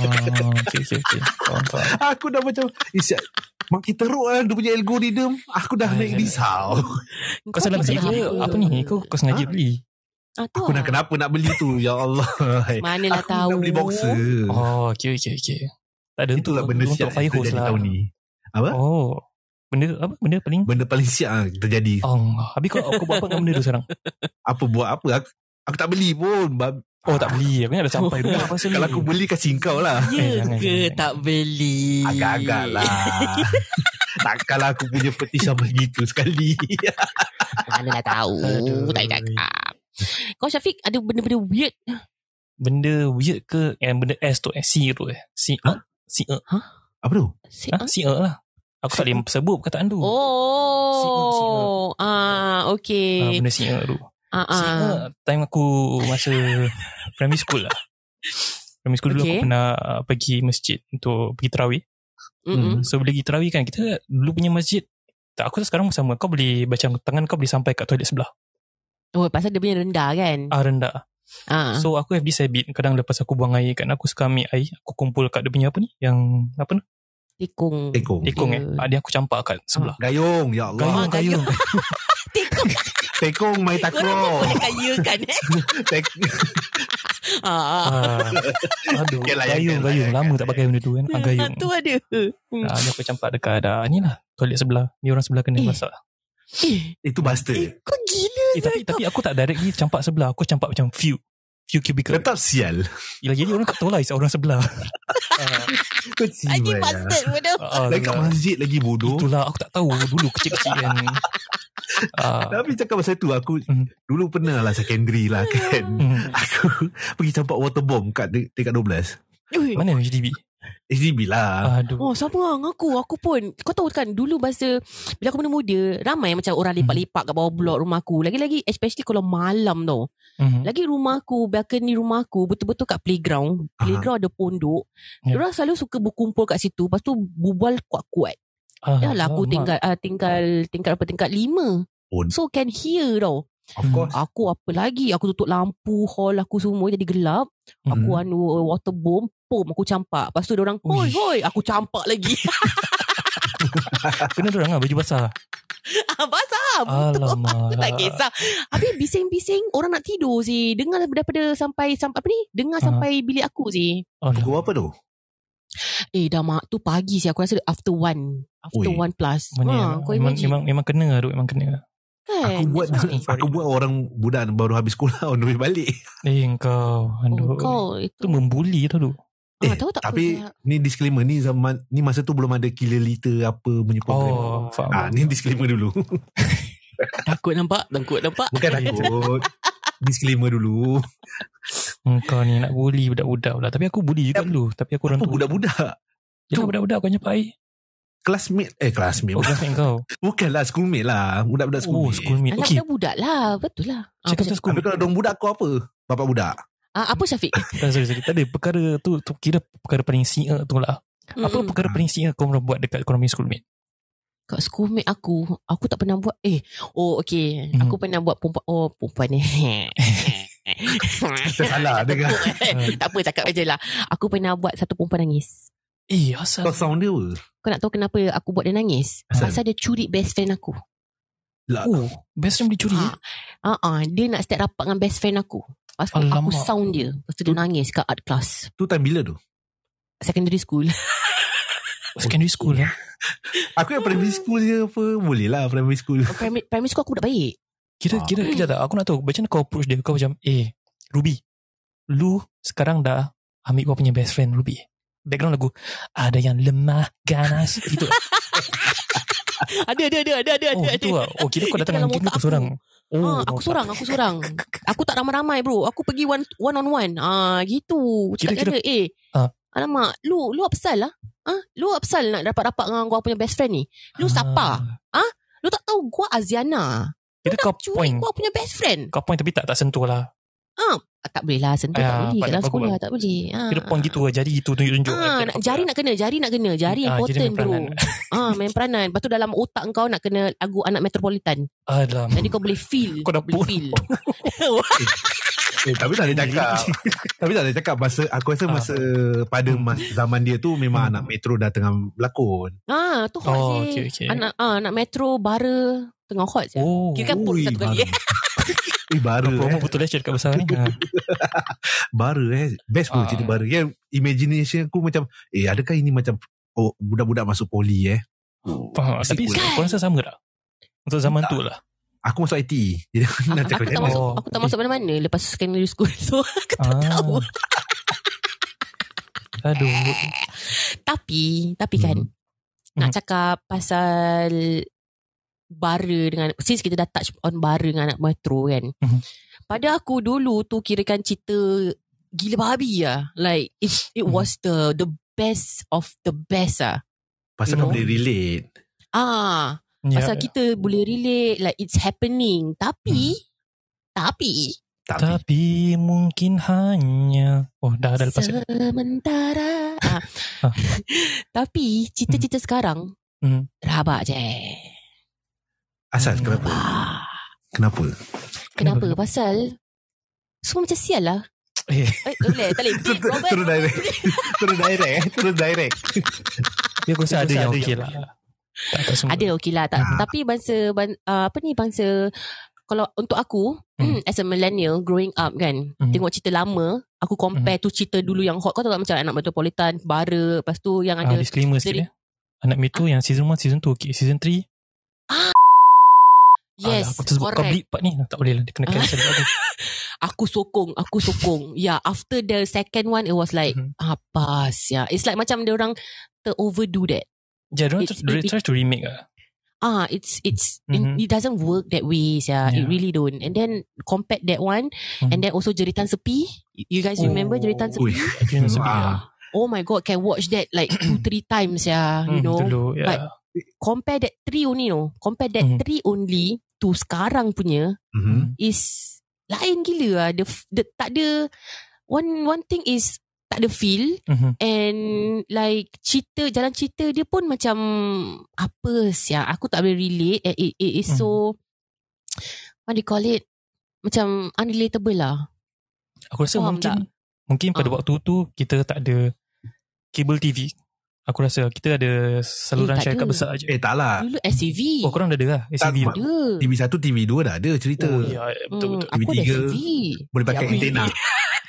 [SPEAKER 4] Oh, okay, okay, okay. Faham, faham.
[SPEAKER 2] aku dah macam Isyak Makin teruk lah Dia punya algoritma Aku dah naik risau
[SPEAKER 4] Kau salah beli
[SPEAKER 5] fikir
[SPEAKER 4] ke apa ni? Kau kau sengaja
[SPEAKER 2] Ha?
[SPEAKER 4] beli.
[SPEAKER 5] Ah, tu
[SPEAKER 2] Aku
[SPEAKER 5] lah.
[SPEAKER 2] nak kenapa nak beli tu Ya Allah
[SPEAKER 5] Manalah
[SPEAKER 2] Aku
[SPEAKER 5] tahu.
[SPEAKER 2] nak beli boxer
[SPEAKER 4] Oh, okay, okay, okay. Tak ada
[SPEAKER 2] Itulah
[SPEAKER 4] untuk,
[SPEAKER 2] benda
[SPEAKER 4] untuk
[SPEAKER 2] siap
[SPEAKER 4] fire
[SPEAKER 2] yang
[SPEAKER 4] hose
[SPEAKER 2] terjadi
[SPEAKER 4] lah.
[SPEAKER 2] tahun ni Apa?
[SPEAKER 4] Oh. Benda apa? Benda paling
[SPEAKER 2] Benda paling siap ah, terjadi
[SPEAKER 4] Oh, habis kau, kau buat apa dengan benda tu sekarang?
[SPEAKER 2] Apa buat apa Aku, aku tak beli pun Bab-
[SPEAKER 4] Oh tak beli Aku ingat dah sampai rumah pasal ni
[SPEAKER 2] Kalau aku beli kasih kau lah
[SPEAKER 5] Ya
[SPEAKER 4] Eh, jangan,
[SPEAKER 5] ke
[SPEAKER 4] jangan.
[SPEAKER 5] tak beli?
[SPEAKER 2] Agak-agak lah Takkanlah aku punya peti sama gitu sekali
[SPEAKER 5] Manalah tahu.
[SPEAKER 4] Aduh.
[SPEAKER 5] tak boleh cakap. Kau Syafiq ada benda-benda weird.
[SPEAKER 4] Benda weird ke Yang benda S tu eh Si tu eh Si
[SPEAKER 2] Huh?
[SPEAKER 4] Si eh
[SPEAKER 2] Apa tu?
[SPEAKER 5] Si- E?
[SPEAKER 4] ha? Si eh lah Aku tak boleh sebut perkataan tu Signal, signal.
[SPEAKER 5] Oh. Ah,
[SPEAKER 4] Ah,
[SPEAKER 5] okay.
[SPEAKER 4] Benda si eh tu
[SPEAKER 5] Ah,
[SPEAKER 4] Si
[SPEAKER 5] ah.
[SPEAKER 4] eh Time aku Masa Primary school lah Primary school dulu
[SPEAKER 5] Okay.
[SPEAKER 4] aku pernah ah, Pergi masjid Untuk pergi terawih
[SPEAKER 5] Mm-mm.
[SPEAKER 4] So bila pergi terawih kan Kita dulu punya masjid tak, aku sekarang sama Kau boleh Macam tangan kau boleh sampai Kat toilet sebelah
[SPEAKER 5] Oh, pasal dia punya rendah kan?
[SPEAKER 4] Ah rendah
[SPEAKER 5] Ah.
[SPEAKER 4] So aku have this habit Kadang lepas aku buang air Kan aku suka ambil air Aku kumpul kat dia punya apa ni Yang Apa ni
[SPEAKER 5] Tikung.
[SPEAKER 2] Tekong
[SPEAKER 4] Tekong eh
[SPEAKER 5] Ya.
[SPEAKER 4] Ada aku campak kat sebelah
[SPEAKER 2] Gayung Ya Allah
[SPEAKER 4] Gayung gayung
[SPEAKER 5] Tikung.
[SPEAKER 2] Tekong main
[SPEAKER 5] Korang pun
[SPEAKER 2] takraw
[SPEAKER 5] boleh kaya kan eh?
[SPEAKER 2] Tek-
[SPEAKER 5] Ah.
[SPEAKER 4] ah. Aduh
[SPEAKER 2] Okay lah,
[SPEAKER 4] Gayung
[SPEAKER 2] yang-
[SPEAKER 4] gayung
[SPEAKER 2] yang-
[SPEAKER 4] Lama tak pakai benda tu kan ah,
[SPEAKER 5] Ah,
[SPEAKER 4] Gayung
[SPEAKER 5] tu ada. Hmm.
[SPEAKER 4] ah, Ni aku campak dekat dah, Ni lah Toilet sebelah Ni orang sebelah kena
[SPEAKER 5] Eh.
[SPEAKER 4] masak
[SPEAKER 5] Eh,
[SPEAKER 2] Itu buster
[SPEAKER 5] kau gila
[SPEAKER 4] eh, tapi, tapi aku tak direct ni Campak sebelah Aku campak macam few few cubicle.
[SPEAKER 2] Tetap sial.
[SPEAKER 4] Yelah, jadi orang tak tahu lah it's orang sebelah.
[SPEAKER 2] Kau sial.
[SPEAKER 5] Lagi
[SPEAKER 2] lah.
[SPEAKER 5] bastard bodoh.
[SPEAKER 4] Ah,
[SPEAKER 2] Lagi kat
[SPEAKER 4] lah.
[SPEAKER 2] masjid lagi bodoh.
[SPEAKER 4] Itulah aku tak tahu dulu kecil-kecil kan. Ah.
[SPEAKER 2] Tapi cakap pasal tu aku
[SPEAKER 4] Hmm.
[SPEAKER 2] dulu pernah lah secondary lah kan.
[SPEAKER 4] Hmm.
[SPEAKER 2] aku pergi campak water bomb kat de- dekat 12.
[SPEAKER 5] Ui.
[SPEAKER 4] Mana HDB?
[SPEAKER 2] HDB lah.
[SPEAKER 4] Aduh.
[SPEAKER 5] Oh sama lah dengan aku Aku pun Kau tahu kan Dulu masa Bila aku muda-muda Ramai macam orang lepak-lepak Kat bawah blok rumah aku Lagi-lagi Especially kalau malam tau
[SPEAKER 4] Mhm.
[SPEAKER 5] Lagi rumah aku Balcony rumah aku Betul-betul kat playground
[SPEAKER 2] Aha.
[SPEAKER 5] Playground ada pondok
[SPEAKER 4] Ya.
[SPEAKER 5] yeah. Orang selalu suka berkumpul kat situ Lepas tu Bubual kuat-kuat
[SPEAKER 4] Ah,
[SPEAKER 5] Dah lah aku
[SPEAKER 4] alamak.
[SPEAKER 5] tinggal uh, Tinggal Tinggal apa Tingkat lima
[SPEAKER 2] Pun.
[SPEAKER 5] So can hear tau
[SPEAKER 2] Of
[SPEAKER 4] Hmm.
[SPEAKER 2] course.
[SPEAKER 5] Aku apa lagi Aku tutup lampu Hall aku semua Jadi gelap
[SPEAKER 4] Mhm.
[SPEAKER 5] Aku anu uh, water bomb Pom aku campak Lepas tu orang Hoi
[SPEAKER 4] Uish.
[SPEAKER 5] hoi Aku campak lagi
[SPEAKER 4] Kena dorang lah baju basah.
[SPEAKER 5] Ah, Basah betul.
[SPEAKER 4] Alamak.
[SPEAKER 5] Tak kisah Habis bising-bising Orang nak tidur si Dengar daripada sampai, sampai Apa ni Dengar
[SPEAKER 4] Aha.
[SPEAKER 5] sampai bilik aku si
[SPEAKER 4] Alamak.
[SPEAKER 2] Pukul apa tu?
[SPEAKER 5] Eh dah mak tu pagi si Aku rasa after one After
[SPEAKER 2] Ui.
[SPEAKER 5] Ui. one plus
[SPEAKER 4] Mana
[SPEAKER 5] ha,
[SPEAKER 4] ya?
[SPEAKER 5] Kau
[SPEAKER 4] memang,
[SPEAKER 5] imagine
[SPEAKER 4] memang, memang kena lah Duk Memang kena Eh,
[SPEAKER 5] kan
[SPEAKER 2] Aku buat
[SPEAKER 5] That's why.
[SPEAKER 2] aku buat orang budak baru habis sekolah on the way balik.
[SPEAKER 4] Eh kau
[SPEAKER 5] Oh,
[SPEAKER 4] Aduh
[SPEAKER 5] Kau
[SPEAKER 4] Tu
[SPEAKER 5] itu
[SPEAKER 4] membuli tau Duk
[SPEAKER 5] ah, tahu tak
[SPEAKER 2] Tapi
[SPEAKER 5] apa-
[SPEAKER 2] ni disclaimer ni zaman ni masa tu belum ada killer liter apa punya program.
[SPEAKER 4] Oh faham
[SPEAKER 2] Ah ni disclaimer dulu.
[SPEAKER 5] Takut nampak Takut nampak
[SPEAKER 2] Bukan takut. disclaimer dulu.
[SPEAKER 4] Engkau Hmm, ni nak bully budak-budak pula Tapi aku bully juga dulu Tapi aku orang
[SPEAKER 2] Apa
[SPEAKER 4] tu
[SPEAKER 2] budak-budak
[SPEAKER 4] Yalah budak-budak kau nyapai
[SPEAKER 2] classmate eh classmate.
[SPEAKER 4] Oh classmate kau
[SPEAKER 2] Bukanlah schoolmate lah. Budak-budak
[SPEAKER 4] Oh
[SPEAKER 2] schoolmate.
[SPEAKER 4] schoolmate
[SPEAKER 5] Anak
[SPEAKER 4] Okay
[SPEAKER 5] okay. budak lah Betul lah ah,
[SPEAKER 4] Cakap pasal
[SPEAKER 5] apa,
[SPEAKER 2] Habis
[SPEAKER 4] schoolmate
[SPEAKER 2] kalau dong budak kau apa? Bapak budak.
[SPEAKER 5] ah, apa Syafiq
[SPEAKER 4] Tak Eh, sorry sorry Tak ada perkara tu, tu Kira perkara paling singa tu lah Apa
[SPEAKER 5] Mm-mm.
[SPEAKER 4] perkara paling singa kau orang buat Dekat korang punya schoolmate
[SPEAKER 5] Hmm. Kat schoolmate aku Aku tak pernah buat Eh Oh okay
[SPEAKER 4] Mhm.
[SPEAKER 5] Aku pernah buat perempuan Oh perempuan ni
[SPEAKER 2] Kita salah dengar.
[SPEAKER 4] Ah,
[SPEAKER 5] Tak apa cakap je lah Aku pernah buat satu perempuan nangis
[SPEAKER 4] Eh asal
[SPEAKER 2] Kau sound dia apa?
[SPEAKER 5] Kau nak tahu kenapa aku buat dia nangis
[SPEAKER 2] Asal?
[SPEAKER 5] Pasal dia curi best friend aku
[SPEAKER 2] Lah,
[SPEAKER 4] Oh best friend dicuri eh?
[SPEAKER 5] ha. uh-uh, Dia nak start rapat dengan best friend aku Lepas tu aku
[SPEAKER 4] Alamak.
[SPEAKER 5] sound dia Lepas tu dia nangis kat art class
[SPEAKER 2] tu time bila tu?
[SPEAKER 5] Secondary school
[SPEAKER 4] Secondary school
[SPEAKER 2] Oh,
[SPEAKER 4] eh?
[SPEAKER 2] Aku yang primary school je apa? Boleh lah primary school.
[SPEAKER 5] Oh, primary, primary school aku budak baik
[SPEAKER 4] Kira
[SPEAKER 2] Ah.
[SPEAKER 4] kira kejap tak Aku nak tahu Macam mana kau approach dia Kau macam Eh Ruby Lu sekarang dah Ambil kau punya best friend Ruby Background lagu Ada yang lemah Ganas Itu
[SPEAKER 5] Ada ada ada ada ada
[SPEAKER 4] Oh
[SPEAKER 5] ada,
[SPEAKER 4] itu
[SPEAKER 5] ada.
[SPEAKER 4] lah Oh kira kau
[SPEAKER 5] Itu
[SPEAKER 4] datang
[SPEAKER 5] dalam
[SPEAKER 4] dengan geng
[SPEAKER 5] otak
[SPEAKER 4] kau seorang
[SPEAKER 5] Oh, ha, aku seorang, aku seorang. Aku tak ramai-ramai bro. Aku pergi one one on one. Ah, gitu. Cakap
[SPEAKER 4] Kira-kira-
[SPEAKER 5] kira, eh.
[SPEAKER 4] Ah.
[SPEAKER 5] Alamak, lu lu apsal lah? Ah, lu apsal nak rapat-rapat dengan gua punya best friend ni? Lu siapa?
[SPEAKER 4] Ah.
[SPEAKER 5] Lu tak tahu gua Aziana.
[SPEAKER 4] Kira kau
[SPEAKER 5] Curi
[SPEAKER 4] point
[SPEAKER 5] gua punya best friend.
[SPEAKER 4] Kau point tapi tak tak sentuh lah
[SPEAKER 5] Ah, tak boleh lah, sentuh
[SPEAKER 4] Ah,
[SPEAKER 5] tak boleh.
[SPEAKER 4] bagus,
[SPEAKER 5] Dalam
[SPEAKER 4] bagus,
[SPEAKER 5] sekolah
[SPEAKER 4] bagus.
[SPEAKER 5] tak boleh. Ah.
[SPEAKER 4] Kira point gitu lah Jari gitu tunjuk-tunjuk
[SPEAKER 5] Ah, nak, jari nak kena, jari nak kena. Jari
[SPEAKER 4] lah. Ah,
[SPEAKER 5] important
[SPEAKER 4] jari main
[SPEAKER 5] bro.
[SPEAKER 4] peranan.
[SPEAKER 5] ah, main peranan. Lepas tu dalam otak kau nak kena lagu anak metropolitan.
[SPEAKER 4] Alam
[SPEAKER 5] Jadi kau boleh feel.
[SPEAKER 4] Kau dah
[SPEAKER 5] boleh
[SPEAKER 4] pun.
[SPEAKER 5] feel.
[SPEAKER 2] Eh, tapi tak boleh cakap. tapi tak boleh cakap masa aku rasa
[SPEAKER 4] Ah.
[SPEAKER 2] masa pada masa zaman dia tu memang anak metro dah tengah berlakon.
[SPEAKER 5] ah, tu hot
[SPEAKER 4] Oh
[SPEAKER 5] sih.
[SPEAKER 4] okay okay
[SPEAKER 5] Anak ah, anak metro bara tengah hot je.
[SPEAKER 4] Oh
[SPEAKER 5] Kira kan
[SPEAKER 2] Ui,
[SPEAKER 5] pun satu kali.
[SPEAKER 2] baru. Eh, baru
[SPEAKER 4] Kau
[SPEAKER 2] eh.
[SPEAKER 4] promote betul lah Syarikat besar ni Ah.
[SPEAKER 2] Baru eh. Best pun
[SPEAKER 4] Ah.
[SPEAKER 2] cerita baru. Ya, imagination aku macam, eh adakah ini macam oh, budak-budak masuk poli eh?
[SPEAKER 4] Faham Tapi
[SPEAKER 2] Kan?
[SPEAKER 4] kau rasa sama tak Untuk zaman
[SPEAKER 2] Tak.
[SPEAKER 4] tu lah
[SPEAKER 2] Aku masuk ITE. Jadi aku nak cakap
[SPEAKER 5] Aku tak
[SPEAKER 2] macam mana.
[SPEAKER 5] masuk
[SPEAKER 4] Oh.
[SPEAKER 5] aku tak masuk mana-mana lepas secondary school. So aku tak
[SPEAKER 4] Ah.
[SPEAKER 5] tahu.
[SPEAKER 4] Aduh
[SPEAKER 5] Tapi tapi kan
[SPEAKER 2] Hmm.
[SPEAKER 5] nak
[SPEAKER 4] Hmm.
[SPEAKER 5] cakap pasal bara dengan since kita dah touch on bara dengan anak metro kan.
[SPEAKER 4] Mhm.
[SPEAKER 5] Pada aku dulu tu kirakan cerita gila babi lah. Like it, it
[SPEAKER 4] Mhm.
[SPEAKER 5] was the the best of the best ah.
[SPEAKER 2] Pasal
[SPEAKER 5] You
[SPEAKER 2] kau
[SPEAKER 5] know?
[SPEAKER 2] boleh relate.
[SPEAKER 5] Ah,
[SPEAKER 4] Ya,
[SPEAKER 5] Pasal
[SPEAKER 4] ya.
[SPEAKER 5] kita boleh relate Like it's happening Tapi
[SPEAKER 4] Hmm.
[SPEAKER 5] Tapi
[SPEAKER 2] Tapi,
[SPEAKER 4] Tapi mungkin hanya Oh dah dah lepas
[SPEAKER 5] Sementara ah.
[SPEAKER 4] Ah.
[SPEAKER 5] Tapi Cita-cita sekarang
[SPEAKER 4] Hmm.
[SPEAKER 5] Rabak je
[SPEAKER 2] asal
[SPEAKER 4] Hmm.
[SPEAKER 2] kenapa?
[SPEAKER 5] ah.
[SPEAKER 2] Kenapa?
[SPEAKER 5] Kenapa?
[SPEAKER 4] Kenapa?
[SPEAKER 5] Pasal Semua macam sial lah
[SPEAKER 4] Eh.
[SPEAKER 5] Eh, tak boleh, tak boleh.
[SPEAKER 2] Ter- ter-
[SPEAKER 5] Robert,
[SPEAKER 2] Terus direct. Terus direct eh. Terus direct.
[SPEAKER 4] Tapi aku rasa ada
[SPEAKER 2] Ada
[SPEAKER 4] yang
[SPEAKER 2] yang
[SPEAKER 4] okey lah Tak tak semua
[SPEAKER 5] Ada okey lah tak,
[SPEAKER 2] Ah.
[SPEAKER 5] Tapi bangsa ban, uh, Apa ni bangsa Kalau untuk aku
[SPEAKER 4] Hmm.
[SPEAKER 5] As a millennial Growing up kan
[SPEAKER 4] Hmm.
[SPEAKER 5] Tengok cerita lama Aku compare tu cerita dulu yang hot Kau tahu tak macam Anak Metropolitan Bara Lepas tu yang
[SPEAKER 4] Ah,
[SPEAKER 5] ada
[SPEAKER 4] disclaimer sikit
[SPEAKER 5] Jadi-
[SPEAKER 4] ya. Anak Mitu yang season 1, season 2 okay. Season 3
[SPEAKER 5] Yes.
[SPEAKER 4] Alah, aku tersebut kau
[SPEAKER 5] correct.
[SPEAKER 4] beli part ni. Tak boleh lah. Dia kena cancel. aku.
[SPEAKER 5] Aku sokong, aku sokong. yeah, after the second one, it was like,
[SPEAKER 4] Mhm.
[SPEAKER 5] apa sia? It's like macam dia orang ter-overdo that.
[SPEAKER 4] Yeah, dia orang
[SPEAKER 5] It-
[SPEAKER 4] try- dia
[SPEAKER 5] it-
[SPEAKER 4] try to remake lah.
[SPEAKER 5] Ah, it's it's
[SPEAKER 4] Mhm.
[SPEAKER 5] it, it doesn't work that way, sia. It
[SPEAKER 4] Yeah.
[SPEAKER 5] really don't. And then compared that one,
[SPEAKER 4] Mhm.
[SPEAKER 5] and then also jeritan sepi. You- You guys
[SPEAKER 2] Oh.
[SPEAKER 4] Oh.
[SPEAKER 5] remember jeritan sepi?
[SPEAKER 2] Ui.
[SPEAKER 4] Jeritan sepi. lah.
[SPEAKER 2] Wah.
[SPEAKER 4] yeah.
[SPEAKER 5] Oh my god, can watch that like two three times, yeah. You
[SPEAKER 4] Hmm,
[SPEAKER 5] know,
[SPEAKER 4] Dulu, yeah.
[SPEAKER 5] But- compare that three only, no. Compare that
[SPEAKER 4] Mhm.
[SPEAKER 5] three only to sekarang punya
[SPEAKER 2] Mhm.
[SPEAKER 5] is lain gila. Lah. The, f- the tak ada one one thing is tak ada feel
[SPEAKER 4] Mhm.
[SPEAKER 5] and like cerita jalan cerita dia pun macam apa sia aku tak boleh relate and it, it
[SPEAKER 4] Hmm.
[SPEAKER 5] is so what do you call it macam unrelatable lah
[SPEAKER 4] Aku rasa
[SPEAKER 5] Faham
[SPEAKER 4] mungkin
[SPEAKER 5] tak?
[SPEAKER 4] mungkin pada
[SPEAKER 5] Ah.
[SPEAKER 4] waktu tu kita tak ada kabel TV. Aku rasa kita ada saluran
[SPEAKER 5] Eh, tak
[SPEAKER 4] syarikat
[SPEAKER 5] ada.
[SPEAKER 4] besar aje.
[SPEAKER 2] Eh tak lah
[SPEAKER 5] dulu SCV
[SPEAKER 4] Oh, korang dah ada lah SCV.
[SPEAKER 2] Tak,
[SPEAKER 4] tu.
[SPEAKER 5] ada
[SPEAKER 2] TV 1 TV 2 dah ada cerita
[SPEAKER 4] Oh, ya, betul betul.
[SPEAKER 5] hmm, aku ada
[SPEAKER 2] TV3.
[SPEAKER 5] SCV
[SPEAKER 2] Boleh pakai
[SPEAKER 5] Ya, aku
[SPEAKER 2] antena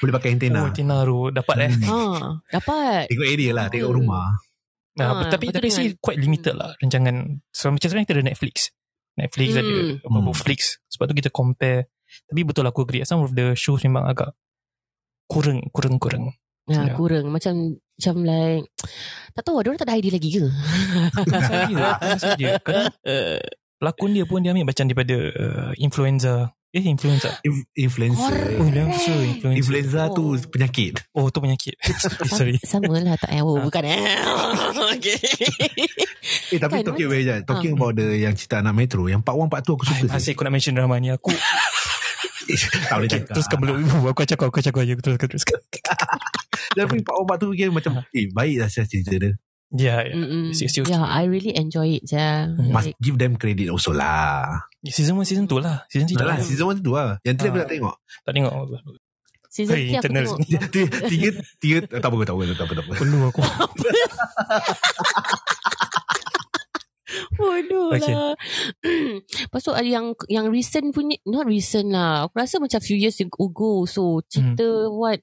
[SPEAKER 2] Boleh pakai antena
[SPEAKER 4] Oh, Tina tu dapat eh.
[SPEAKER 2] Hmm.
[SPEAKER 5] Ha, dapat.
[SPEAKER 4] Ya.
[SPEAKER 2] Tengok area lah Tengok
[SPEAKER 5] Hmm.
[SPEAKER 2] rumah
[SPEAKER 4] Nah,
[SPEAKER 5] Ah,
[SPEAKER 4] tapi
[SPEAKER 5] betul
[SPEAKER 4] tapi
[SPEAKER 5] dengan-
[SPEAKER 4] sih quite limited lah rancangan. So macam sekarang kita ada Netflix. Netflix
[SPEAKER 5] Hmm.
[SPEAKER 4] ada apa
[SPEAKER 2] Hmm.
[SPEAKER 4] Flix. Sebab tu kita compare. Tapi betul lah, aku agree some of the shows memang agak kurang kurang kurang.
[SPEAKER 5] Nah,
[SPEAKER 4] Ya.
[SPEAKER 5] kurang macam macam like tak tahu ada orang tak ada idea lagi ke?
[SPEAKER 4] Pasal dia, pasal dia. Kadang pelakon dia pun dia ambil macam daripada uh, influenza. Eh influenza.
[SPEAKER 2] Inf-
[SPEAKER 4] Oh,
[SPEAKER 2] Influencer
[SPEAKER 4] dia so influenza.
[SPEAKER 2] Influenza tu
[SPEAKER 5] Oh.
[SPEAKER 2] penyakit
[SPEAKER 4] Oh, tu penyakit. Eh, Sorry. Ah.
[SPEAKER 5] Sama lah tak eh, oh, bukan eh. okay.
[SPEAKER 2] Eh tapi
[SPEAKER 5] Kan,
[SPEAKER 2] talking, about, talking about the Yang cerita anak metro Yang part 1 part 2 aku
[SPEAKER 4] Ay,
[SPEAKER 2] suka sih.
[SPEAKER 4] Asyik aku nak mention drama ni. Aku
[SPEAKER 2] Tak boleh
[SPEAKER 4] okay,
[SPEAKER 2] cakap
[SPEAKER 4] teruskan belum. Aku cakap, aku cakap aja. Aku teruskan, teruskan.
[SPEAKER 2] Tapi part 1 part 2 kan macam
[SPEAKER 4] Ah.
[SPEAKER 2] Eh baik lah saya cerita dia
[SPEAKER 4] Ya,
[SPEAKER 2] Hmm.
[SPEAKER 4] ya.
[SPEAKER 5] Mm-mm.
[SPEAKER 4] Siu, siu, siu.
[SPEAKER 5] Yeah, I really enjoy it. Yeah.
[SPEAKER 2] Must give them credit also lah
[SPEAKER 4] Season 1, season 2 lah. Season 3
[SPEAKER 2] Dah lah
[SPEAKER 4] lah.
[SPEAKER 2] season 1 tu lah Yang 3 aku
[SPEAKER 4] Ah.
[SPEAKER 2] tak tengok
[SPEAKER 4] Tak tengok.
[SPEAKER 5] Season
[SPEAKER 4] Hey,
[SPEAKER 5] 3 aku
[SPEAKER 4] internal.
[SPEAKER 5] tengok.
[SPEAKER 2] Tiga Tiga, tiga Tak apa tak apa Tak apa, tak apa.
[SPEAKER 4] Perlu aku.
[SPEAKER 5] Bodoh
[SPEAKER 4] Okay.
[SPEAKER 5] okay. lah. Lepas tu ada yang yang recent punya, not recent lah. Aku rasa macam few years ago. So, cerita
[SPEAKER 2] Hmm.
[SPEAKER 5] what,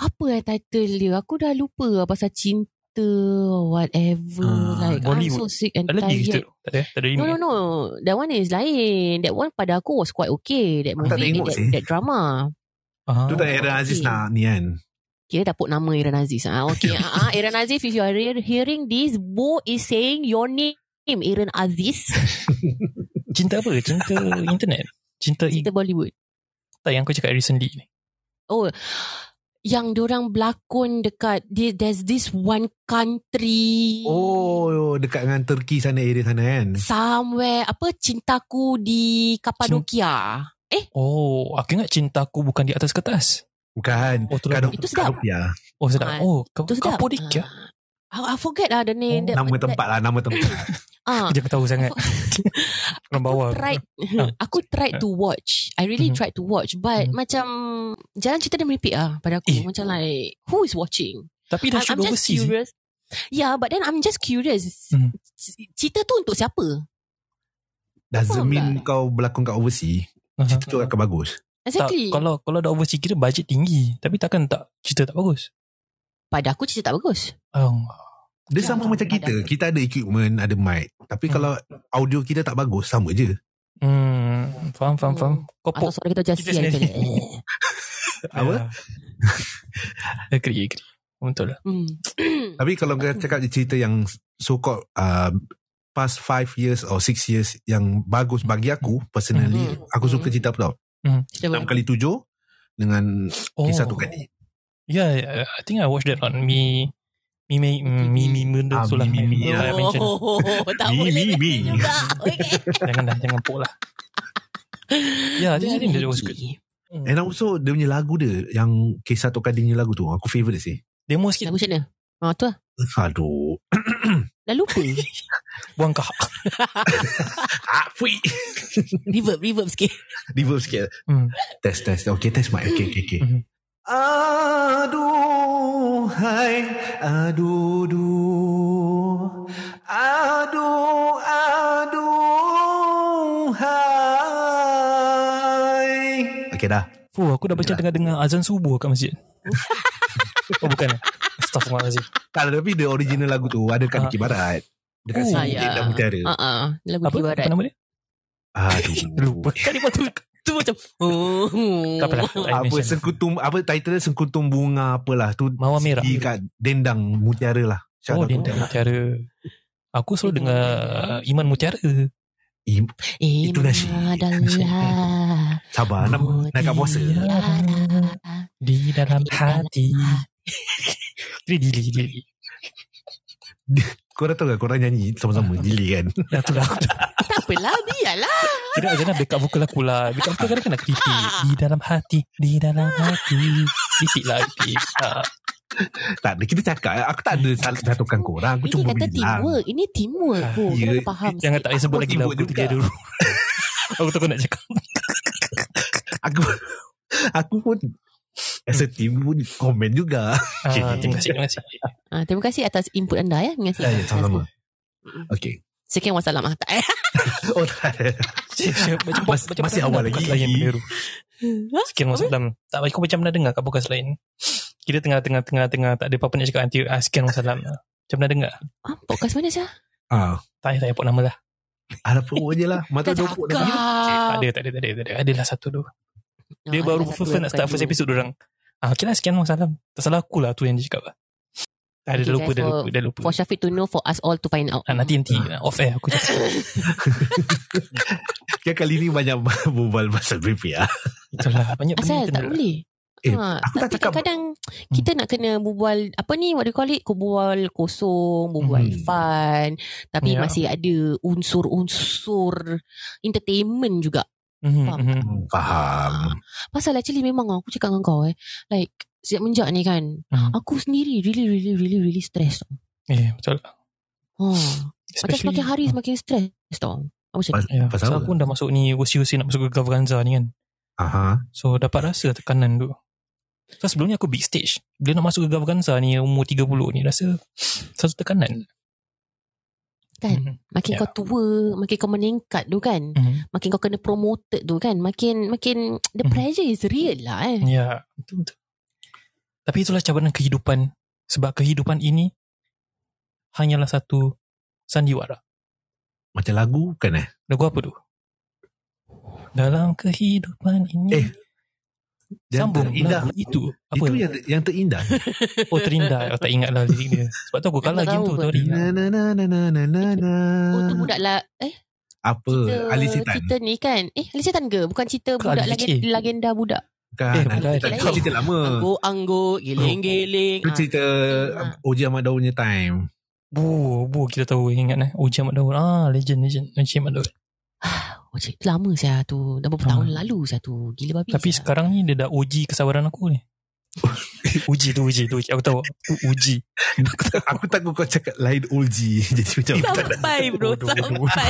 [SPEAKER 5] apa eh title dia? Aku dah lupa lah pasal cinta whatever
[SPEAKER 2] Ah,
[SPEAKER 5] like
[SPEAKER 4] Bollywood.
[SPEAKER 5] I'm so sick and
[SPEAKER 4] Ada lagi cerita
[SPEAKER 5] tired
[SPEAKER 4] tu? Tak ada? eh? Tak ada
[SPEAKER 5] no
[SPEAKER 4] remake?
[SPEAKER 5] no no that one is lain that one pada aku was quite okay that
[SPEAKER 2] Aku tak
[SPEAKER 5] movie eh,
[SPEAKER 2] tengok
[SPEAKER 5] that,
[SPEAKER 2] sih.
[SPEAKER 5] that drama
[SPEAKER 4] Ah.
[SPEAKER 2] Tu tak era Aziz nak ni kan
[SPEAKER 5] Kira dapur nama Iran Aziz. Ah, okay. Ah, ah, Iran Aziz, if you are re- hearing this, Bo is saying your name. Iran Aziz
[SPEAKER 4] Cinta apa? Cinta internet? Cinta,
[SPEAKER 5] Cerita Bollywood
[SPEAKER 4] tak yang aku cakap recently ni.
[SPEAKER 5] Oh, Yang diorang berlakon dekat there- There's this one country
[SPEAKER 2] Oh dekat dengan Turki sana area sana kan
[SPEAKER 5] Somewhere Apa Cintaku di Kapadokia
[SPEAKER 4] Oh, aku ingat cinta aku bukan di atas kertas.
[SPEAKER 2] Bukan
[SPEAKER 4] Oh, tu
[SPEAKER 2] Kadop,
[SPEAKER 4] lagu.
[SPEAKER 5] Itu sedap.
[SPEAKER 2] Kadopia.
[SPEAKER 4] Oh, sedap.
[SPEAKER 5] Ah,
[SPEAKER 4] Oh, kau
[SPEAKER 5] Itu sedap
[SPEAKER 4] kapur dia.
[SPEAKER 5] Ah, I, I forget lah the
[SPEAKER 4] Oh,
[SPEAKER 5] name that,
[SPEAKER 2] Nama
[SPEAKER 5] that-
[SPEAKER 2] tempat lah Nama tempat
[SPEAKER 5] ah,
[SPEAKER 4] Jangan tahu sangat. Orang bawah.
[SPEAKER 5] tried
[SPEAKER 4] Ah.
[SPEAKER 5] Aku tried to watch I really
[SPEAKER 4] Mhm.
[SPEAKER 5] tried to watch But
[SPEAKER 4] Mhm.
[SPEAKER 5] macam Jalan cerita dia meripik lah Pada aku
[SPEAKER 4] Eh.
[SPEAKER 5] Macam like Who is watching
[SPEAKER 4] Tapi dah
[SPEAKER 5] I'm,
[SPEAKER 4] shoot
[SPEAKER 5] I'm just
[SPEAKER 4] overseas. eh?
[SPEAKER 5] curious. Yeah, but then I'm just curious.
[SPEAKER 4] Hmm.
[SPEAKER 5] C- Cerita tu untuk siapa?
[SPEAKER 2] Doesn't
[SPEAKER 5] Faham
[SPEAKER 2] mean kau berlakon kat overseas
[SPEAKER 4] Aha.
[SPEAKER 2] Cerita tu akan bagus
[SPEAKER 5] Exactly.
[SPEAKER 4] Tak, kalau kalau dah overseas kira bajet tinggi, tapi takkan tak cerita tak bagus.
[SPEAKER 5] Pada aku cerita tak bagus.
[SPEAKER 4] Um,
[SPEAKER 2] Dia
[SPEAKER 5] Ya,
[SPEAKER 2] sama
[SPEAKER 5] tak-
[SPEAKER 2] macam
[SPEAKER 5] tak
[SPEAKER 2] kita
[SPEAKER 5] ada.
[SPEAKER 2] Kita ada equipment Ada mic Tapi
[SPEAKER 4] Hmm.
[SPEAKER 2] kalau Audio kita tak bagus Sama je
[SPEAKER 4] hmm, faham faham
[SPEAKER 5] Hmm.
[SPEAKER 4] faham. Kau
[SPEAKER 5] Atau
[SPEAKER 4] pop
[SPEAKER 5] suara kita macam
[SPEAKER 4] Kita
[SPEAKER 5] sial.
[SPEAKER 4] sendiri.
[SPEAKER 5] Eh.
[SPEAKER 2] Apa?
[SPEAKER 4] Ya. agree agree. Betul lah.
[SPEAKER 5] Hmm.
[SPEAKER 2] Tapi kalau kau cakap cerita yang So called uh, Past 5 years Or 6 years Yang bagus bagi aku Personally
[SPEAKER 5] Mhm.
[SPEAKER 2] Aku suka
[SPEAKER 5] Mhm.
[SPEAKER 2] cerita apa tau
[SPEAKER 5] Cerita
[SPEAKER 2] 6
[SPEAKER 5] bagus.
[SPEAKER 2] kali 7 Dengan
[SPEAKER 4] Oh.
[SPEAKER 2] Kisah tu kan
[SPEAKER 4] Yeah, yeah, I think I watched that on me me me me me benda
[SPEAKER 2] Ah,
[SPEAKER 4] tu lah.
[SPEAKER 2] Me, Me, Me,
[SPEAKER 4] Yang I
[SPEAKER 2] yeah.
[SPEAKER 4] mention.
[SPEAKER 5] Oh, tak
[SPEAKER 2] Mi,
[SPEAKER 5] boleh
[SPEAKER 2] mi, mi.
[SPEAKER 5] mention juga. Okay.
[SPEAKER 4] Jangan dah jangan pok lah. Yeah, I think, I think that was good.
[SPEAKER 2] And also Dia punya lagu dia Yang Kisah Tok Kadin punya lagu tu Aku favourite sih
[SPEAKER 4] Demo sikit
[SPEAKER 5] Lagu macam mana? Ah, tu lah.
[SPEAKER 2] Aduh
[SPEAKER 5] Dah lupa.
[SPEAKER 4] buang kah.
[SPEAKER 2] ah, Fui
[SPEAKER 5] reverb, reverb sikit.
[SPEAKER 2] Reverb sikit
[SPEAKER 4] Hmm.
[SPEAKER 2] Test test Okay test mic Okay okay okay
[SPEAKER 4] Mhm.
[SPEAKER 2] Aduh Hai Aduh Aduh Aduh Aduh Hai Okay dah
[SPEAKER 4] Fuh, aku dah baca dengar-dengar azan subuh kat masjid. oh bukan. eh? Astaghfirullahalazim.
[SPEAKER 2] Tak tapi the original lagu tu Ada kat Bukit Barat Dekat
[SPEAKER 4] Oh,
[SPEAKER 2] sini
[SPEAKER 5] ya.
[SPEAKER 2] Dekat Mutiara
[SPEAKER 5] Ah, ah. Lagu
[SPEAKER 4] Apa?
[SPEAKER 5] di
[SPEAKER 4] Apa
[SPEAKER 5] barat.
[SPEAKER 4] nama dia?
[SPEAKER 2] Aduh.
[SPEAKER 4] Lupa.
[SPEAKER 5] Kan lepas tu Tu macam oh,
[SPEAKER 4] Tak apalah.
[SPEAKER 2] apa sengkutum apa title dia sengkutum bunga apalah tu
[SPEAKER 4] lah. Mawar merah.
[SPEAKER 2] di kat dendang mutiara lah. Shout
[SPEAKER 4] Oh,
[SPEAKER 2] out
[SPEAKER 4] dia
[SPEAKER 2] to-
[SPEAKER 4] tak mutiara. Aku selalu
[SPEAKER 5] Dia
[SPEAKER 4] dengar
[SPEAKER 5] dengar.
[SPEAKER 4] Iman Mutiara.
[SPEAKER 2] Im-
[SPEAKER 5] Eh,
[SPEAKER 2] Itu nasyid.
[SPEAKER 5] Adalah
[SPEAKER 2] Sabar nak, nak kat puasa.
[SPEAKER 4] Di dalam
[SPEAKER 5] Di dalam
[SPEAKER 4] hati. Dia dili, dili.
[SPEAKER 2] Korang tahu tak korang nyanyi sama-sama gili kan.
[SPEAKER 4] Ya, itulah. Aku tak-
[SPEAKER 5] Tak apalah Biarlah
[SPEAKER 4] Kira macam mana backup vocal aku lah. Backup vocal kadang-kadang nak kritik. Di dalam hati. Di dalam hati. Kritik lah. Kritik. Ah,
[SPEAKER 2] tak ada kita cakap aku tak ada sal- jatuhkan korang aku
[SPEAKER 5] Ini
[SPEAKER 2] cuma
[SPEAKER 5] kata
[SPEAKER 2] bilang.
[SPEAKER 5] teamwork Ini teamwork
[SPEAKER 4] Ah,
[SPEAKER 5] oh,
[SPEAKER 2] ya.
[SPEAKER 5] Kena faham
[SPEAKER 4] Jangan tak payah sebut
[SPEAKER 2] Aku
[SPEAKER 4] lagi
[SPEAKER 2] pun
[SPEAKER 4] lagu
[SPEAKER 2] sibuk
[SPEAKER 4] tu
[SPEAKER 2] juga.
[SPEAKER 4] dia dulu. aku takut nak cakap.
[SPEAKER 2] Aku aku pun as a team pun komen juga.
[SPEAKER 4] Ah,
[SPEAKER 2] Okay.
[SPEAKER 4] terima kasih. Terima kasih.
[SPEAKER 5] Ah, Terima kasih atas input anda ya Terima kasih
[SPEAKER 2] Ya, ya, sama-sama. Okay.
[SPEAKER 5] Sekian wassalam ah, tak, eh.
[SPEAKER 2] Oh tak ada.
[SPEAKER 4] Siap, siap. Macam,
[SPEAKER 2] Mas-
[SPEAKER 4] macam
[SPEAKER 2] masih
[SPEAKER 4] pernah
[SPEAKER 2] awal
[SPEAKER 4] dengar
[SPEAKER 2] lagi.
[SPEAKER 4] podcast Lain benda tu. Sekian wassalam. Tak, aku macam pernah dengar kat podcast lain. Kita tengah-tengah tengah-tengah tak ada apa-apa nak cakap nanti ah, sekian wassalam. Macam pernah dengar.
[SPEAKER 5] ah, Podcast mana saya
[SPEAKER 2] Ah,
[SPEAKER 4] Tak payah, tak payah put nama lah.
[SPEAKER 2] ada pun je lah. Mata
[SPEAKER 5] Tak
[SPEAKER 2] dopok dah.
[SPEAKER 4] Tak
[SPEAKER 5] cakap
[SPEAKER 4] ada, tak ada, tak ada, tak ada. Adalah satu tu. Dia
[SPEAKER 5] Ah,
[SPEAKER 4] baru
[SPEAKER 5] ada satu
[SPEAKER 4] first nak
[SPEAKER 5] yang
[SPEAKER 4] start
[SPEAKER 5] bukan
[SPEAKER 4] first
[SPEAKER 5] you.
[SPEAKER 4] episode orang. Ah, okay lah, sekian wassalam. Tak salah aku lah tu yang dia cakap lah. Tak ada,
[SPEAKER 5] Okay,
[SPEAKER 4] dah lupa,
[SPEAKER 5] guys,
[SPEAKER 4] dah
[SPEAKER 5] for-
[SPEAKER 4] lupa, dah lupa.
[SPEAKER 5] For Syafiq to know For us all to find out
[SPEAKER 4] Hmm. Ah, nanti nanti ah, off air aku cakap.
[SPEAKER 2] Ya kali ni banyak berbual pasal BPA.
[SPEAKER 4] Itulah banyak benda
[SPEAKER 5] Asal
[SPEAKER 4] kena.
[SPEAKER 5] tak boleh
[SPEAKER 2] Eh,
[SPEAKER 5] Ha,
[SPEAKER 2] aku tak
[SPEAKER 5] tapi
[SPEAKER 2] cakap.
[SPEAKER 5] kadang-kadang
[SPEAKER 4] Hmm.
[SPEAKER 5] kita nak kena berbual apa ni what do you call it berbual kosong berbual
[SPEAKER 2] Hmm.
[SPEAKER 5] fun tapi
[SPEAKER 4] Ya.
[SPEAKER 5] masih ada unsur-unsur entertainment juga
[SPEAKER 4] Mhm,
[SPEAKER 5] Faham
[SPEAKER 4] mhm.
[SPEAKER 2] Hmm, Faham.
[SPEAKER 5] pasal actually memang aku cakap dengan kau eh like sejak menjak ni kan
[SPEAKER 4] Hmm.
[SPEAKER 5] aku sendiri really really really really stress tau
[SPEAKER 4] Eh, betul.
[SPEAKER 5] ha. macam
[SPEAKER 4] Especially- Hmm.
[SPEAKER 5] semakin hari semakin stress tau aku macam
[SPEAKER 2] Pas-
[SPEAKER 5] ni.
[SPEAKER 4] Ya,
[SPEAKER 2] Pasal
[SPEAKER 4] pasal
[SPEAKER 2] apa?
[SPEAKER 4] aku dah masuk ni usia-usia nak masuk ke Gavaganza ni kan.
[SPEAKER 2] Aha.
[SPEAKER 4] So dapat rasa tekanan tu. So sebelum ni aku big stage. Bila nak masuk ke Gavaganza ni umur 30 ni rasa satu tekanan.
[SPEAKER 5] Kan?
[SPEAKER 4] Mhm.
[SPEAKER 5] makin
[SPEAKER 4] Ya.
[SPEAKER 5] kau tua makin kau meningkat tu kan
[SPEAKER 4] Mhm.
[SPEAKER 5] makin kau kena promoted tu kan makin makin the
[SPEAKER 4] Mhm.
[SPEAKER 5] pressure is real lah eh
[SPEAKER 4] Ya, betul betul. Tapi itulah cabaran kehidupan sebab kehidupan ini hanyalah satu sandiwara.
[SPEAKER 2] Macam lagu kan eh?
[SPEAKER 4] Lagu apa tu? Dalam kehidupan ini
[SPEAKER 2] Eh, Yang
[SPEAKER 4] sambung
[SPEAKER 2] terindah.
[SPEAKER 4] lagu itu. Apa?
[SPEAKER 2] Itu yang yang terindah.
[SPEAKER 4] Oh terindah. Aku tak ingat lah lirik dia. Sebab tu aku
[SPEAKER 5] Tak
[SPEAKER 4] kalah game
[SPEAKER 5] tahu
[SPEAKER 4] tu
[SPEAKER 5] pun.
[SPEAKER 4] sorry.
[SPEAKER 2] na na na na na na na na.
[SPEAKER 4] Ah.
[SPEAKER 5] Oh tu budak lah Eh
[SPEAKER 2] Apa?
[SPEAKER 5] cerita
[SPEAKER 2] Ali Sitan.
[SPEAKER 5] Cerita ni kan Eh Ali Setan ke Bukan cerita
[SPEAKER 4] Ke
[SPEAKER 5] budak
[SPEAKER 4] Ali
[SPEAKER 5] lagi,
[SPEAKER 4] Kecil?
[SPEAKER 5] Legenda budak
[SPEAKER 2] Bukan.
[SPEAKER 4] Eh,
[SPEAKER 2] Ali
[SPEAKER 4] bukan.
[SPEAKER 2] Sitan.
[SPEAKER 5] Lain.
[SPEAKER 2] Itu cerita lama.
[SPEAKER 4] Ah.
[SPEAKER 5] Angguk-angguk Giling-giling
[SPEAKER 4] Oh.
[SPEAKER 5] Ah.
[SPEAKER 2] Itu cerita Oji Ahmad Daud punya time.
[SPEAKER 4] Bu, bu kita tahu ingat eh. Uji Ahmad Daud. Ah, legend legend. Uji Ahmad Daud.
[SPEAKER 5] ah, oh, cerita lama saya tu Dah berapa
[SPEAKER 4] Ah.
[SPEAKER 5] tahun lalu saya tu Gila babi
[SPEAKER 4] Tapi
[SPEAKER 5] saya.
[SPEAKER 4] sekarang ni dia dah uji kesabaran aku ni. uji tu uji tu uji. Aku tahu. Tu uji.
[SPEAKER 2] Aku takut kau cakap lain Oji. Jadi macam
[SPEAKER 5] Sampai bro
[SPEAKER 4] Bodoh, bodoh.
[SPEAKER 5] Sampai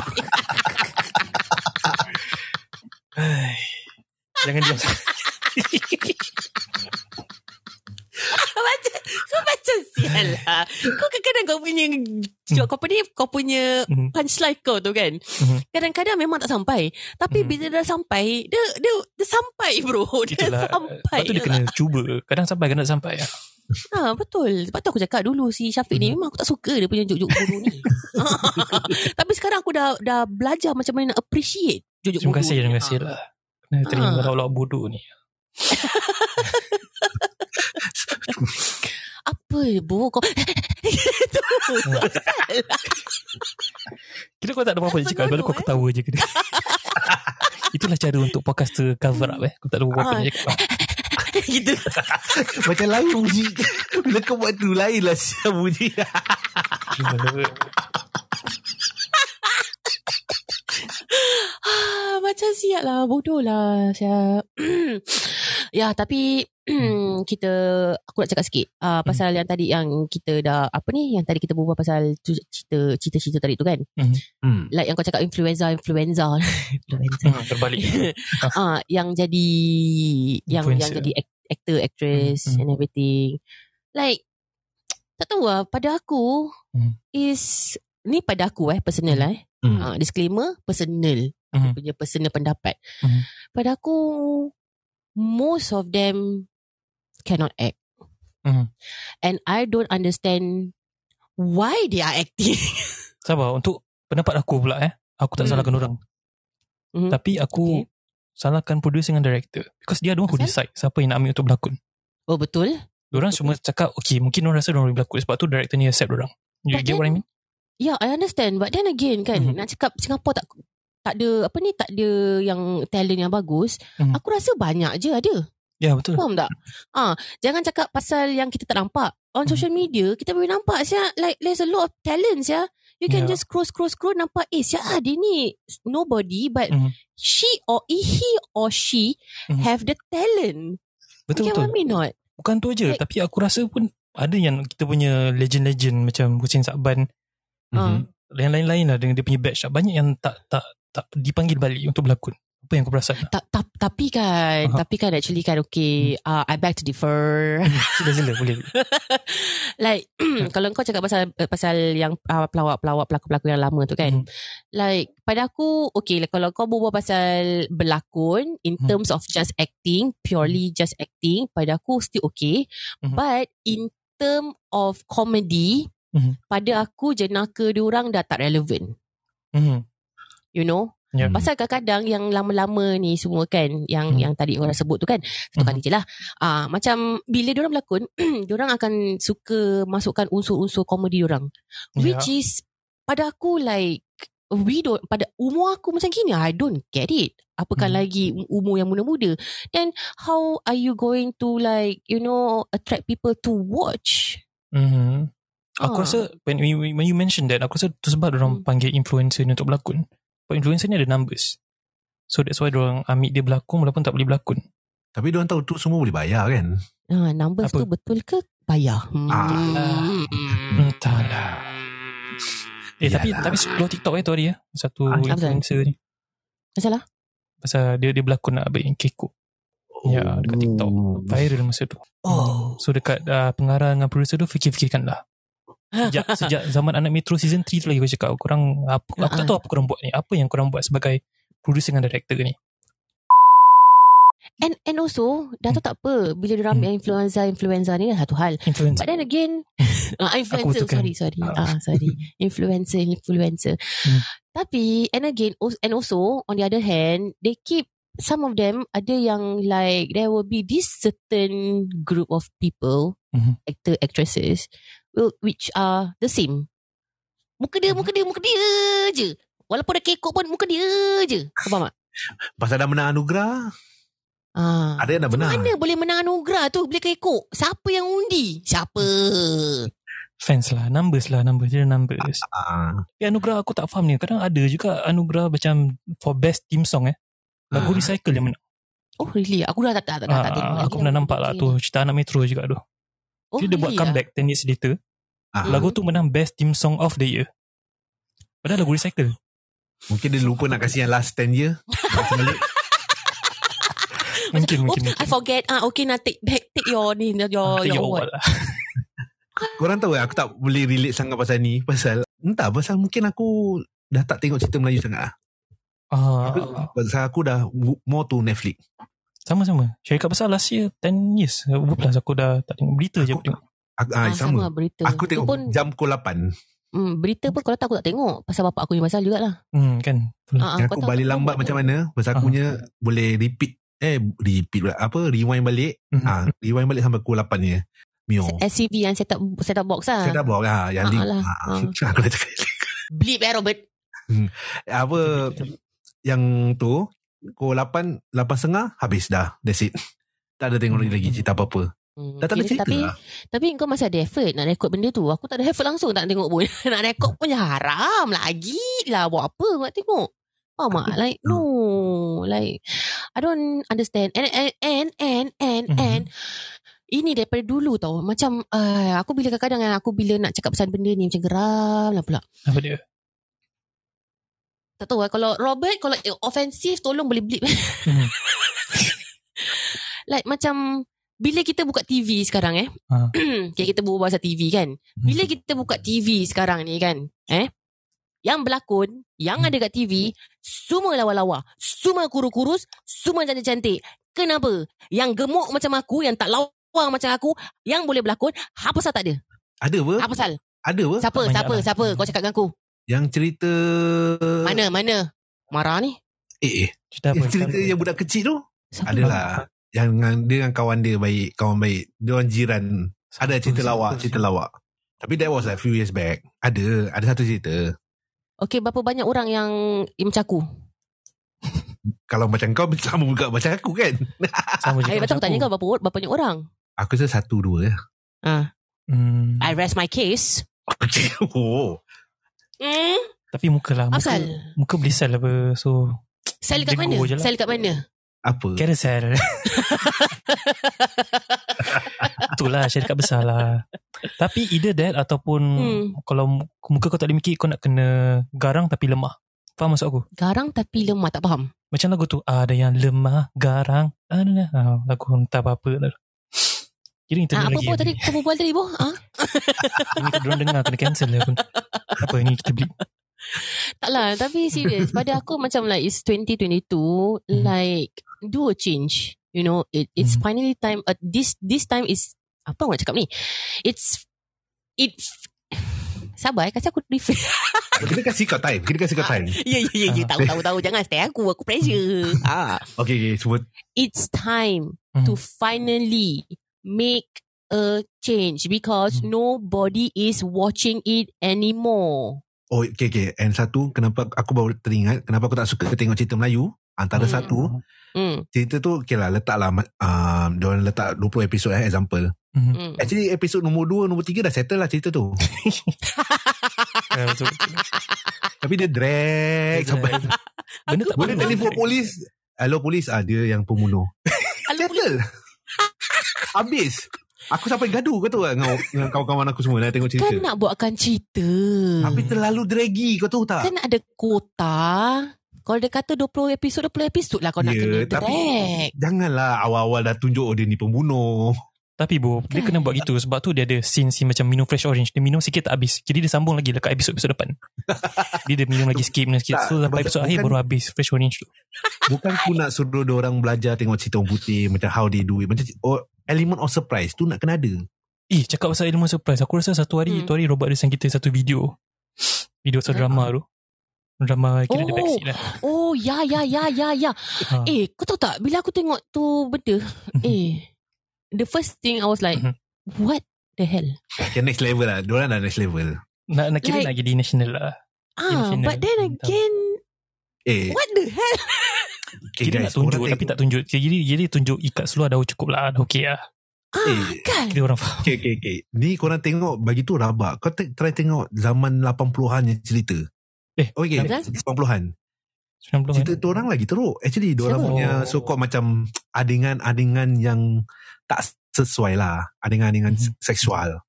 [SPEAKER 4] Hai. Jangan diam.
[SPEAKER 5] Macam Kau macam sial lah Kau kadang-kadang kau punya Jok kau punya Kau punya
[SPEAKER 4] Hmm.
[SPEAKER 5] punchline kau tu kan
[SPEAKER 4] Mhm.
[SPEAKER 5] Kadang-kadang memang tak sampai Tapi
[SPEAKER 4] Mhm.
[SPEAKER 5] bila dah sampai Dia dia, dia sampai bro Dia
[SPEAKER 4] Itulah.
[SPEAKER 5] sampai lah.
[SPEAKER 4] Lepas tu dia kena cuba. Kadang sampai, kadang tak sampai. ya.
[SPEAKER 5] Ha, betul. Sebab tu aku cakap dulu si Syafiq
[SPEAKER 4] Hmm.
[SPEAKER 5] ni memang aku tak suka dia punya juk-juk bodoh ni. Tapi sekarang aku dah dah belajar macam mana nak appreciate juk-juk
[SPEAKER 4] Terima
[SPEAKER 5] bodoh.
[SPEAKER 4] kasih,
[SPEAKER 5] ni.
[SPEAKER 4] terima kasih lah. Kena terima
[SPEAKER 5] Ah.
[SPEAKER 4] lawak-lawak bodoh ni.
[SPEAKER 5] Ha. Apa bu kau
[SPEAKER 4] Hmm. Kira kau tak ada apa-apa nak cakap. Kalau kau
[SPEAKER 5] Senonoh, eh.
[SPEAKER 4] ketawa je kena. Itulah cara untuk podcaster cover up eh. Aku tak ada apa-apa
[SPEAKER 5] Ah.
[SPEAKER 4] nak cakap.
[SPEAKER 5] gitu.
[SPEAKER 2] Macam lain bunyi Bila kau buat tu Lain lah siap bunyi
[SPEAKER 4] Gimana?
[SPEAKER 5] Ah, macam siap lah bodoh lah siap. ya tapi
[SPEAKER 4] Hmm.
[SPEAKER 5] kita aku nak cakap sikit uh, pasal yang tadi yang kita dah apa ni yang tadi kita berbual pasal tu- cerita cerita-cerita tadi tu kan.
[SPEAKER 2] hmm.
[SPEAKER 5] Like yang kau cakap influenza influenza. influenza.
[SPEAKER 4] Hmm, Terbalik.
[SPEAKER 5] Ah, yang jadi yang yang
[SPEAKER 4] Influencer.
[SPEAKER 5] jadi act- actor actress
[SPEAKER 4] Hmm, hmm.
[SPEAKER 5] and everything. Like tak tahu lah pada aku
[SPEAKER 4] Hmm.
[SPEAKER 5] is ni pada aku eh personal lah eh.
[SPEAKER 2] Hmm.
[SPEAKER 5] Ah, disclaimer personal. Aku
[SPEAKER 4] Hmm.
[SPEAKER 5] punya personal pendapat.
[SPEAKER 4] Hmm.
[SPEAKER 5] Pada aku most of them cannot act.
[SPEAKER 4] Hmm.
[SPEAKER 5] And I don't understand why they are acting.
[SPEAKER 4] Sabar. Untuk pendapat aku pula eh. Aku tak
[SPEAKER 5] Hmm.
[SPEAKER 4] salahkan orang.
[SPEAKER 5] Mhm.
[SPEAKER 4] Tapi aku
[SPEAKER 5] Okay.
[SPEAKER 4] salahkan producer dengan director because dia don't who
[SPEAKER 5] Kenapa?
[SPEAKER 4] decide siapa yang nak ambil untuk berlakon.
[SPEAKER 5] Oh betul
[SPEAKER 4] Diorang
[SPEAKER 5] Betul.
[SPEAKER 4] cuma cakap okay mungkin orang rasa diorang boleh berlakon sebab tu director ni accept diorang. You
[SPEAKER 5] But
[SPEAKER 4] get what I
[SPEAKER 5] then-
[SPEAKER 4] mean?
[SPEAKER 5] Yeah, I understand. But then again kan,
[SPEAKER 4] Mhm.
[SPEAKER 5] mm-hmm. nak cakap Singapore tak tak ada apa ni tak ada yang talent yang bagus.
[SPEAKER 4] Mhm.
[SPEAKER 5] Mm-hmm. Aku rasa banyak je ada.
[SPEAKER 4] Ya yeah, betul.
[SPEAKER 5] Faham tak? Ah, jangan cakap pasal yang kita tak nampak. On
[SPEAKER 4] Mhm.
[SPEAKER 5] social media kita boleh nampak sia like there's a lot of talents ya. You can
[SPEAKER 4] Yeah.
[SPEAKER 5] just scroll scroll scroll nampak eh sia ah, dia ni nobody but
[SPEAKER 4] Mhm.
[SPEAKER 5] she or eh, he or she
[SPEAKER 4] Mhm.
[SPEAKER 5] have the talent.
[SPEAKER 4] Betul
[SPEAKER 5] you get
[SPEAKER 4] betul.
[SPEAKER 5] what I mean not?
[SPEAKER 4] Bukan tu aje
[SPEAKER 5] Like-
[SPEAKER 4] tapi aku rasa pun ada yang kita punya legend-legend macam Husin Sakban
[SPEAKER 2] hmm.
[SPEAKER 5] Ah.
[SPEAKER 4] yang lain-lain lah dengan dia punya batch lah. Banyak yang tak tak tak dipanggil balik untuk berlakon. Apa yang aku perasan lah.
[SPEAKER 5] Ta- ta- tapi kan,
[SPEAKER 4] Aha. Hmm.
[SPEAKER 5] tapi kan actually kan okay, uh, I beg to differ.
[SPEAKER 4] Sila-sila boleh.
[SPEAKER 5] Like kalau kau cakap pasal eh, pasal yang uh, pelawak-pelawak pelakon-pelakon yang lama tu kan.
[SPEAKER 4] Mhm.
[SPEAKER 5] Like pada aku okay lah, kalau kau berbual pasal berlakon in
[SPEAKER 4] Mhm.
[SPEAKER 5] terms of just acting, purely just acting, pada aku still okay.
[SPEAKER 4] Mhm.
[SPEAKER 5] But in term of comedy,
[SPEAKER 4] Mhm.
[SPEAKER 5] pada aku jenaka diorang dah tak relevant.
[SPEAKER 4] Mhm.
[SPEAKER 5] You know?
[SPEAKER 4] Yeah.
[SPEAKER 5] Pasal kadang-kadang yang lama-lama ni semua kan yang
[SPEAKER 4] Hmm.
[SPEAKER 5] yang tadi orang sebut tu kan satu
[SPEAKER 4] Hmm.
[SPEAKER 5] kali je lah. Ah macam bila diorang berlakon, diorang akan suka masukkan unsur-unsur komedi diorang. Which
[SPEAKER 4] Ya.
[SPEAKER 5] is pada aku like we don't pada umur aku macam gini I don't get it. Apakah
[SPEAKER 4] Hmm.
[SPEAKER 5] lagi um- umur yang muda-muda? Then how are you going to like you know attract people to watch?
[SPEAKER 4] Mm-hmm. Aku
[SPEAKER 5] Ah.
[SPEAKER 4] rasa when, we- we- when you mention that aku rasa tu sebab orang
[SPEAKER 5] Hmm.
[SPEAKER 4] panggil influencer ni untuk berlakon. Sebab influencer ni ada numbers. So that's why orang ambil dia berlakon walaupun tak boleh berlakon.
[SPEAKER 2] Tapi diorang tahu tu semua boleh bayar kan?
[SPEAKER 5] Ah numbers
[SPEAKER 4] Apa? Ah. Hmm.
[SPEAKER 5] tu betul ke bayar? Hmm.
[SPEAKER 4] Entahlah. Entahlah. Eh tapi
[SPEAKER 2] Yalah.
[SPEAKER 4] tapi keluar TikTok eh tu hari eh. Satu
[SPEAKER 5] Ah, apa
[SPEAKER 4] influencer ni.
[SPEAKER 5] Masalah?
[SPEAKER 4] Pasal dia dia berlakon nak ambil yang kekok. Ya, dekat TikTok. Viral masa tu.
[SPEAKER 5] Oh.
[SPEAKER 4] So dekat uh, pengarah dengan producer tu fikir-fikirkan lah. Sejak, sejak zaman anak Metro season 3 tu lagi aku cakap korang apa, aku
[SPEAKER 5] Ah.
[SPEAKER 4] tak tahu apa korang buat ni. Apa yang korang buat sebagai producer dengan director ni.
[SPEAKER 5] And and also Dah tu tak apa Bila diorang ambil influenza-influenza ni Satu hal
[SPEAKER 4] Influencer.
[SPEAKER 5] But then again uh, Influencer
[SPEAKER 4] betulkan.
[SPEAKER 5] Sorry sorry
[SPEAKER 4] Ah.
[SPEAKER 5] ah. Sorry Influencer-influencer
[SPEAKER 4] Hmm.
[SPEAKER 5] Tapi And again als- And also On the other hand They keep Some of them Ada yang like There will be this certain Group of people
[SPEAKER 4] Mhm.
[SPEAKER 5] Actor actresses will, Which are The same Muka dia Muka dia Muka dia je Walaupun dah kekok pun Muka dia je Kau faham tak?
[SPEAKER 2] Pasal dah menang anugerah,
[SPEAKER 5] Ah.
[SPEAKER 2] ada yang dah menang.
[SPEAKER 5] Mana boleh menang anugerah tu bila kekok? Siapa yang undi? Siapa?
[SPEAKER 4] Fans lah Numbers lah Numbers Dia ada numbers
[SPEAKER 2] Ah.
[SPEAKER 4] Tapi anugerah aku tak faham ni Kadang ada juga Anugerah macam For best team song eh Lagu
[SPEAKER 2] Ah.
[SPEAKER 4] recycle dia menang
[SPEAKER 5] Oh really? Aku dah tak tak tak, tak, tak tengok
[SPEAKER 4] ah,
[SPEAKER 5] lagi
[SPEAKER 4] Aku pernah
[SPEAKER 5] lagu
[SPEAKER 4] nampak lah
[SPEAKER 5] ni.
[SPEAKER 4] tu Cerita anak metro juga tu
[SPEAKER 5] Oh,
[SPEAKER 4] Dia, dia buat
[SPEAKER 5] really
[SPEAKER 4] comeback 10 years later
[SPEAKER 2] Ah.
[SPEAKER 4] Lagu tu menang best team song of the year Padahal lagu recycle
[SPEAKER 2] Mungkin dia lupa nak kasi yang last 10 year.
[SPEAKER 5] ah?
[SPEAKER 4] Mungkin
[SPEAKER 5] Macam,
[SPEAKER 4] mungkin,
[SPEAKER 5] Oops,
[SPEAKER 4] mungkin.
[SPEAKER 5] I forget. Ah, okay, nak take back, take your ni, your,
[SPEAKER 4] Ah,
[SPEAKER 5] your,
[SPEAKER 4] take your
[SPEAKER 5] your
[SPEAKER 4] award
[SPEAKER 5] award.
[SPEAKER 4] lah.
[SPEAKER 2] Korang tahu eh, aku tak boleh relate sangat pasal ni. Pasal, entah pasal mungkin aku dah tak tengok cerita Melayu sangat lah.
[SPEAKER 4] Ah,
[SPEAKER 2] Pasal aku dah w- more to Netflix.
[SPEAKER 4] Sama-sama Syarikat besar last year 10 years Over plus aku dah tak tengok Berita je aku tengok
[SPEAKER 2] Aku, ah,
[SPEAKER 5] Ah,
[SPEAKER 2] sama.
[SPEAKER 5] sama berita.
[SPEAKER 2] Aku
[SPEAKER 5] Tu
[SPEAKER 2] tengok
[SPEAKER 5] pun,
[SPEAKER 2] jam pukul 8.
[SPEAKER 5] mm, berita pun kalau tak aku tak tengok pasal bapak aku ni pasal jugalah.
[SPEAKER 4] Hmm kan Itulah.
[SPEAKER 5] Ah, ah,
[SPEAKER 2] Yang
[SPEAKER 5] kau
[SPEAKER 2] aku
[SPEAKER 5] tahu
[SPEAKER 2] balik
[SPEAKER 5] tak?
[SPEAKER 2] lambat macam mana Pasal aku
[SPEAKER 4] Ah.
[SPEAKER 2] punya Boleh repeat Eh repeat pula Apa rewind balik
[SPEAKER 4] Mhm.
[SPEAKER 2] ah Rewind balik sampai pukul 8 je Mio
[SPEAKER 5] SCV yang set up set up box lah.
[SPEAKER 2] Saya tak bawa lah Yang
[SPEAKER 5] Ah,
[SPEAKER 2] link
[SPEAKER 5] alah.
[SPEAKER 2] Ah,
[SPEAKER 5] Ah.
[SPEAKER 2] Aku dah cakap
[SPEAKER 5] Bleep eh Robert.
[SPEAKER 2] Apa Yang tu Pukul 8 8.30 Habis dah That's it Tak ada tengok
[SPEAKER 4] Mhm.
[SPEAKER 2] lagi cerita apa-apa
[SPEAKER 5] Hmm,
[SPEAKER 2] Dah tak ada
[SPEAKER 5] kira-
[SPEAKER 2] cerita
[SPEAKER 5] tapi
[SPEAKER 2] lah
[SPEAKER 5] tapi kau masih ada effort nak rekod benda tu. Aku tak ada effort langsung tak nak tengok pun. nak rekod pun haram lagi lah. Buat apa kau nak tengok? Faham tak? Like,
[SPEAKER 2] Hmm.
[SPEAKER 5] no. Like, I don't understand. And, and, and, and, and,
[SPEAKER 2] Hmm.
[SPEAKER 4] Mhm.
[SPEAKER 5] and. Ini daripada dulu tau. Macam, uh, aku bila kadang-kadang kan, aku bila nak cakap pasal benda ni macam geram lah pula.
[SPEAKER 4] Apa dia
[SPEAKER 5] Tak tahu lah. Kalau Robert, kalau eh, offensive, tolong boleh blip.
[SPEAKER 4] Mhm.
[SPEAKER 5] like, macam, bila kita buka TV sekarang eh.
[SPEAKER 4] Ah.
[SPEAKER 5] okay, kita berbual pasal TV kan.
[SPEAKER 4] Hmm.
[SPEAKER 5] Bila kita buka TV sekarang ni kan Eh Yang berlakon Yang
[SPEAKER 4] Hmm.
[SPEAKER 5] ada kat TV Semua lawa-lawa Semua kurus-kurus Semua cantik-cantik Kenapa? Yang gemuk macam aku Yang tak lawa macam aku Yang boleh berlakon Apa pasal tak ada?
[SPEAKER 2] Ada apa
[SPEAKER 5] Apa pasal?
[SPEAKER 2] Ada apa
[SPEAKER 5] Siapa?
[SPEAKER 4] banyak
[SPEAKER 5] Siapa?
[SPEAKER 4] lah.
[SPEAKER 5] Siapa? Kau cakap dengan aku
[SPEAKER 4] Hmm.
[SPEAKER 2] Yang cerita
[SPEAKER 5] Mana? Mana? Marah ni
[SPEAKER 2] Eh, eh
[SPEAKER 4] Cerita apa?
[SPEAKER 2] cerita yang budak kecil tu
[SPEAKER 5] Siapa
[SPEAKER 2] adalah yang dengan dia dengan kawan dia baik, kawan baik. Dia orang jiran. Ada cerita lawak, cerita lawak. Tapi that was like few years back. Ada, ada satu cerita.
[SPEAKER 5] Okay, berapa banyak orang yang yang macam aku?
[SPEAKER 2] Kalau macam kau sama juga macam aku kan.
[SPEAKER 4] Sama je macam
[SPEAKER 5] Ayah, Eh, betul aku tanya kau berapa, berapa banyak orang?
[SPEAKER 2] Aku rasa satu dua. eh.
[SPEAKER 5] Ah,
[SPEAKER 4] Hmm,
[SPEAKER 5] I rest my case.
[SPEAKER 2] oh.
[SPEAKER 5] Hmm.
[SPEAKER 4] tapi muka lah. Muka,
[SPEAKER 5] Asal?
[SPEAKER 4] muka beli sell apa. So,
[SPEAKER 5] Sel kat mana?
[SPEAKER 4] Jenggur je lah.
[SPEAKER 5] Sel kat mana?
[SPEAKER 2] Apa?
[SPEAKER 4] carousel. Itulah syarikat besar lah. Tapi either that ataupun
[SPEAKER 5] Hmm.
[SPEAKER 4] kalau mu- muka kau tak dimikir kau nak kena garang tapi lemah. Faham maksud aku?
[SPEAKER 5] Garang tapi lemah, tak faham.
[SPEAKER 4] Macam lagu tu ada yang lemah, garang. Ah, nah, nah. Ah, lagu entah apa-apa lah. Kira kita
[SPEAKER 5] Ah,
[SPEAKER 4] ha,
[SPEAKER 5] apa
[SPEAKER 4] lagi.
[SPEAKER 5] pun tadi kau berbual tadi, Boh? Ah?
[SPEAKER 4] Ini kau dorang dengar kena cancel lah pun. Apa ni kita beli.
[SPEAKER 5] Tak lah Tapi serious Pada aku macam like It's 2022 Like Do a change You know it, It's
[SPEAKER 4] Hmm.
[SPEAKER 5] finally time uh, This this time is Apa aku nak cakap ni It's It's Sabar eh Kasih aku refill
[SPEAKER 2] Kita kasih kau time. Kita kasih kau time.
[SPEAKER 5] Ya ya ya ya,
[SPEAKER 4] Ah.
[SPEAKER 5] Tahu tahu tahu Jangan stay aku Aku pressure ah.
[SPEAKER 2] Okay, okay. Semua
[SPEAKER 5] It's time
[SPEAKER 4] Hmm.
[SPEAKER 5] To
[SPEAKER 2] Mm-hmm.
[SPEAKER 5] finally Make a change
[SPEAKER 2] Mm.
[SPEAKER 5] Because
[SPEAKER 4] Hmm.
[SPEAKER 5] Nobody is watching it anymore
[SPEAKER 2] Oh okay okay And satu Kenapa aku baru teringat Kenapa aku tak suka tengok cerita Melayu Antara
[SPEAKER 5] Hmm.
[SPEAKER 2] satu
[SPEAKER 5] Hmm.
[SPEAKER 2] Cerita tu Okay lah letaklah um, Diorang letak 20 episod eh Example
[SPEAKER 4] Hmm.
[SPEAKER 5] Hmm.
[SPEAKER 2] Actually episod nombor 2 Nombor 3 dah settle lah cerita tu
[SPEAKER 4] Ah, betul.
[SPEAKER 2] Tapi dia drag Sampai
[SPEAKER 4] Eh, Benda tak
[SPEAKER 2] Boleh telefon polis Hello polis ah, Dia yang pembunuh Settle Habis Aku sampai gaduh kau tahu tak Dengan, dengan kawan-kawan aku semua Dah tengok cerita
[SPEAKER 5] Kan nak buatkan cerita
[SPEAKER 2] Tapi terlalu draggy kau tahu tak
[SPEAKER 5] kan ada kuota. Kalau dia kata 20 episod, 20 episod lah kau nak
[SPEAKER 2] Ya,
[SPEAKER 5] kena
[SPEAKER 2] tapi-
[SPEAKER 5] drag.
[SPEAKER 2] Janganlah awal-awal dah tunjuk oh, Dia ni pembunuh
[SPEAKER 4] Tapi Bo, dia
[SPEAKER 5] Kan?
[SPEAKER 4] kena buat gitu sebab tu dia ada scene-scene macam minum fresh orange. Dia minum sikit tak habis. Jadi dia sambung lagi dekat episod-episod depan. dia dia minum lagi sikit, minum sikit.
[SPEAKER 2] Tak,
[SPEAKER 4] So
[SPEAKER 2] sebab
[SPEAKER 4] sampai episod
[SPEAKER 2] bukan-
[SPEAKER 4] akhir baru habis fresh orange tu.
[SPEAKER 2] Bukan aku nak suruh orang belajar tengok cerita orang putih macam how they do it. Macam oh, element of surprise tu nak kena ada.
[SPEAKER 4] Eh, cakap pasal ilmu surprise. Aku rasa satu hari,
[SPEAKER 5] Hmm.
[SPEAKER 4] tu hari Robert ada send kita satu video. Video pasal
[SPEAKER 5] Ah.
[SPEAKER 4] drama tu. Drama kira oh. dia
[SPEAKER 5] Oh.
[SPEAKER 4] backseat lah.
[SPEAKER 5] Oh, ya, ya, ya, ya, ya.
[SPEAKER 2] Ah.
[SPEAKER 4] Ha.
[SPEAKER 5] Eh, kau tahu tak, bila aku tengok tu benda,
[SPEAKER 2] Mm-hmm.
[SPEAKER 5] eh, the first thing I was like,
[SPEAKER 4] Mhm.
[SPEAKER 5] what the hell?
[SPEAKER 2] Okay, next level lah. Diorang dah next level.
[SPEAKER 4] Nak, nak kira
[SPEAKER 5] like-
[SPEAKER 4] nak jadi national lah.
[SPEAKER 5] Ah,
[SPEAKER 4] Emotional.
[SPEAKER 5] but then again,
[SPEAKER 2] Eh,
[SPEAKER 5] what the hell?
[SPEAKER 2] okay,
[SPEAKER 4] Kira nak tunjuk tapi tak tunjuk. Jadi, jadi tunjuk ikat seluar dah cukup lah. Dah okey lah.
[SPEAKER 5] Ah,
[SPEAKER 2] Eh.
[SPEAKER 5] kan?
[SPEAKER 4] Kira orang faham.
[SPEAKER 2] Okay, okay, okay. Ni korang tengok bagi tu rabak. Kau te- try tengok zaman 80-an yang cerita.
[SPEAKER 4] Eh,
[SPEAKER 2] Oh, okay,
[SPEAKER 5] Betul?
[SPEAKER 2] 90-an.
[SPEAKER 4] 90 kan?
[SPEAKER 2] Cerita tu orang lagi teruk. Actually, diorang
[SPEAKER 5] Siapa?
[SPEAKER 2] punya so-called macam adegan-adegan yang tak sesuai lah. Adegan-adegan
[SPEAKER 4] Mhm.
[SPEAKER 2] seksual.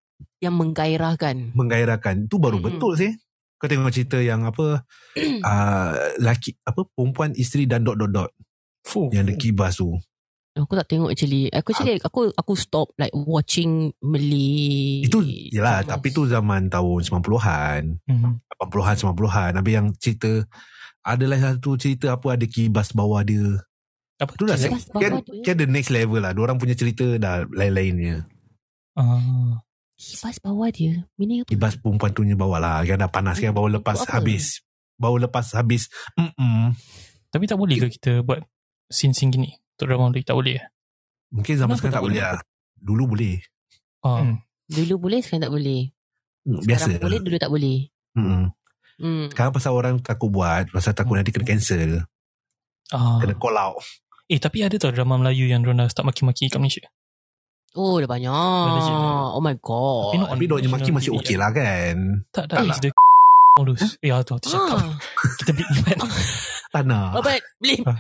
[SPEAKER 5] Yang menggairahkan.
[SPEAKER 2] menggairahkan tu baru
[SPEAKER 4] Hmm.
[SPEAKER 5] Mm-mm.
[SPEAKER 2] betul sih kau tengok cerita yang apa uh, laki apa perempuan isteri dan dot dot dot
[SPEAKER 4] Fuh.
[SPEAKER 2] yang ada kibas tu
[SPEAKER 5] Aku tak tengok actually. Aku actually,
[SPEAKER 4] Ah.
[SPEAKER 5] aku aku stop like watching Malay.
[SPEAKER 2] itu yelah
[SPEAKER 5] dramas.
[SPEAKER 2] tapi tu zaman tahun 90-an
[SPEAKER 4] Hmm.
[SPEAKER 2] 80-an 90-an habis yang cerita adalah satu cerita apa ada kibas bawah dia
[SPEAKER 4] Apa
[SPEAKER 2] tu dah
[SPEAKER 5] Kibas bawah
[SPEAKER 2] kan,
[SPEAKER 5] dia.
[SPEAKER 2] kan the next level lah orang punya cerita dah lain-lainnya eh.
[SPEAKER 4] Ah.
[SPEAKER 5] Kibas bawah dia. Meaning apa?
[SPEAKER 2] kibas perempuan tu nya bawah lah kan dah panas kan baru lepas
[SPEAKER 5] Apa?
[SPEAKER 2] habis baru lepas habis mm
[SPEAKER 4] Tapi tak boleh ke kita buat scene-scene gini? Untuk drama Melayu tak boleh eh?
[SPEAKER 2] mungkin zaman
[SPEAKER 5] Kenapa
[SPEAKER 2] sekarang
[SPEAKER 5] tak
[SPEAKER 2] tak boleh
[SPEAKER 5] boleh?
[SPEAKER 2] lah dulu boleh
[SPEAKER 4] Ah.
[SPEAKER 2] Hmm.
[SPEAKER 5] Dulu boleh, sekarang tak boleh.
[SPEAKER 2] biasa
[SPEAKER 5] Hmm, Sekarang boleh, dulu tak boleh.
[SPEAKER 2] Mm-mm.
[SPEAKER 5] Hmm.
[SPEAKER 2] Sekarang pasal orang takut buat Pasal takut nanti kena cancel
[SPEAKER 5] Hmm.
[SPEAKER 4] Ah.
[SPEAKER 2] Kena call out
[SPEAKER 4] Eh tapi ada tau drama Melayu yang diorang dah start maki-maki kat Malaysia.
[SPEAKER 5] Oh dah banyak
[SPEAKER 4] legit.
[SPEAKER 5] Oh my god
[SPEAKER 4] not on
[SPEAKER 2] Tapi dia
[SPEAKER 4] national
[SPEAKER 2] maki masih
[SPEAKER 4] TV
[SPEAKER 2] okey lah kan
[SPEAKER 4] Tak
[SPEAKER 2] Tak
[SPEAKER 4] tak is the Mulus. Eh tu tu cakap.
[SPEAKER 5] Ah, Oh,
[SPEAKER 4] Kita beli ni kan.
[SPEAKER 2] Tanah
[SPEAKER 5] Apa Beli
[SPEAKER 4] Ada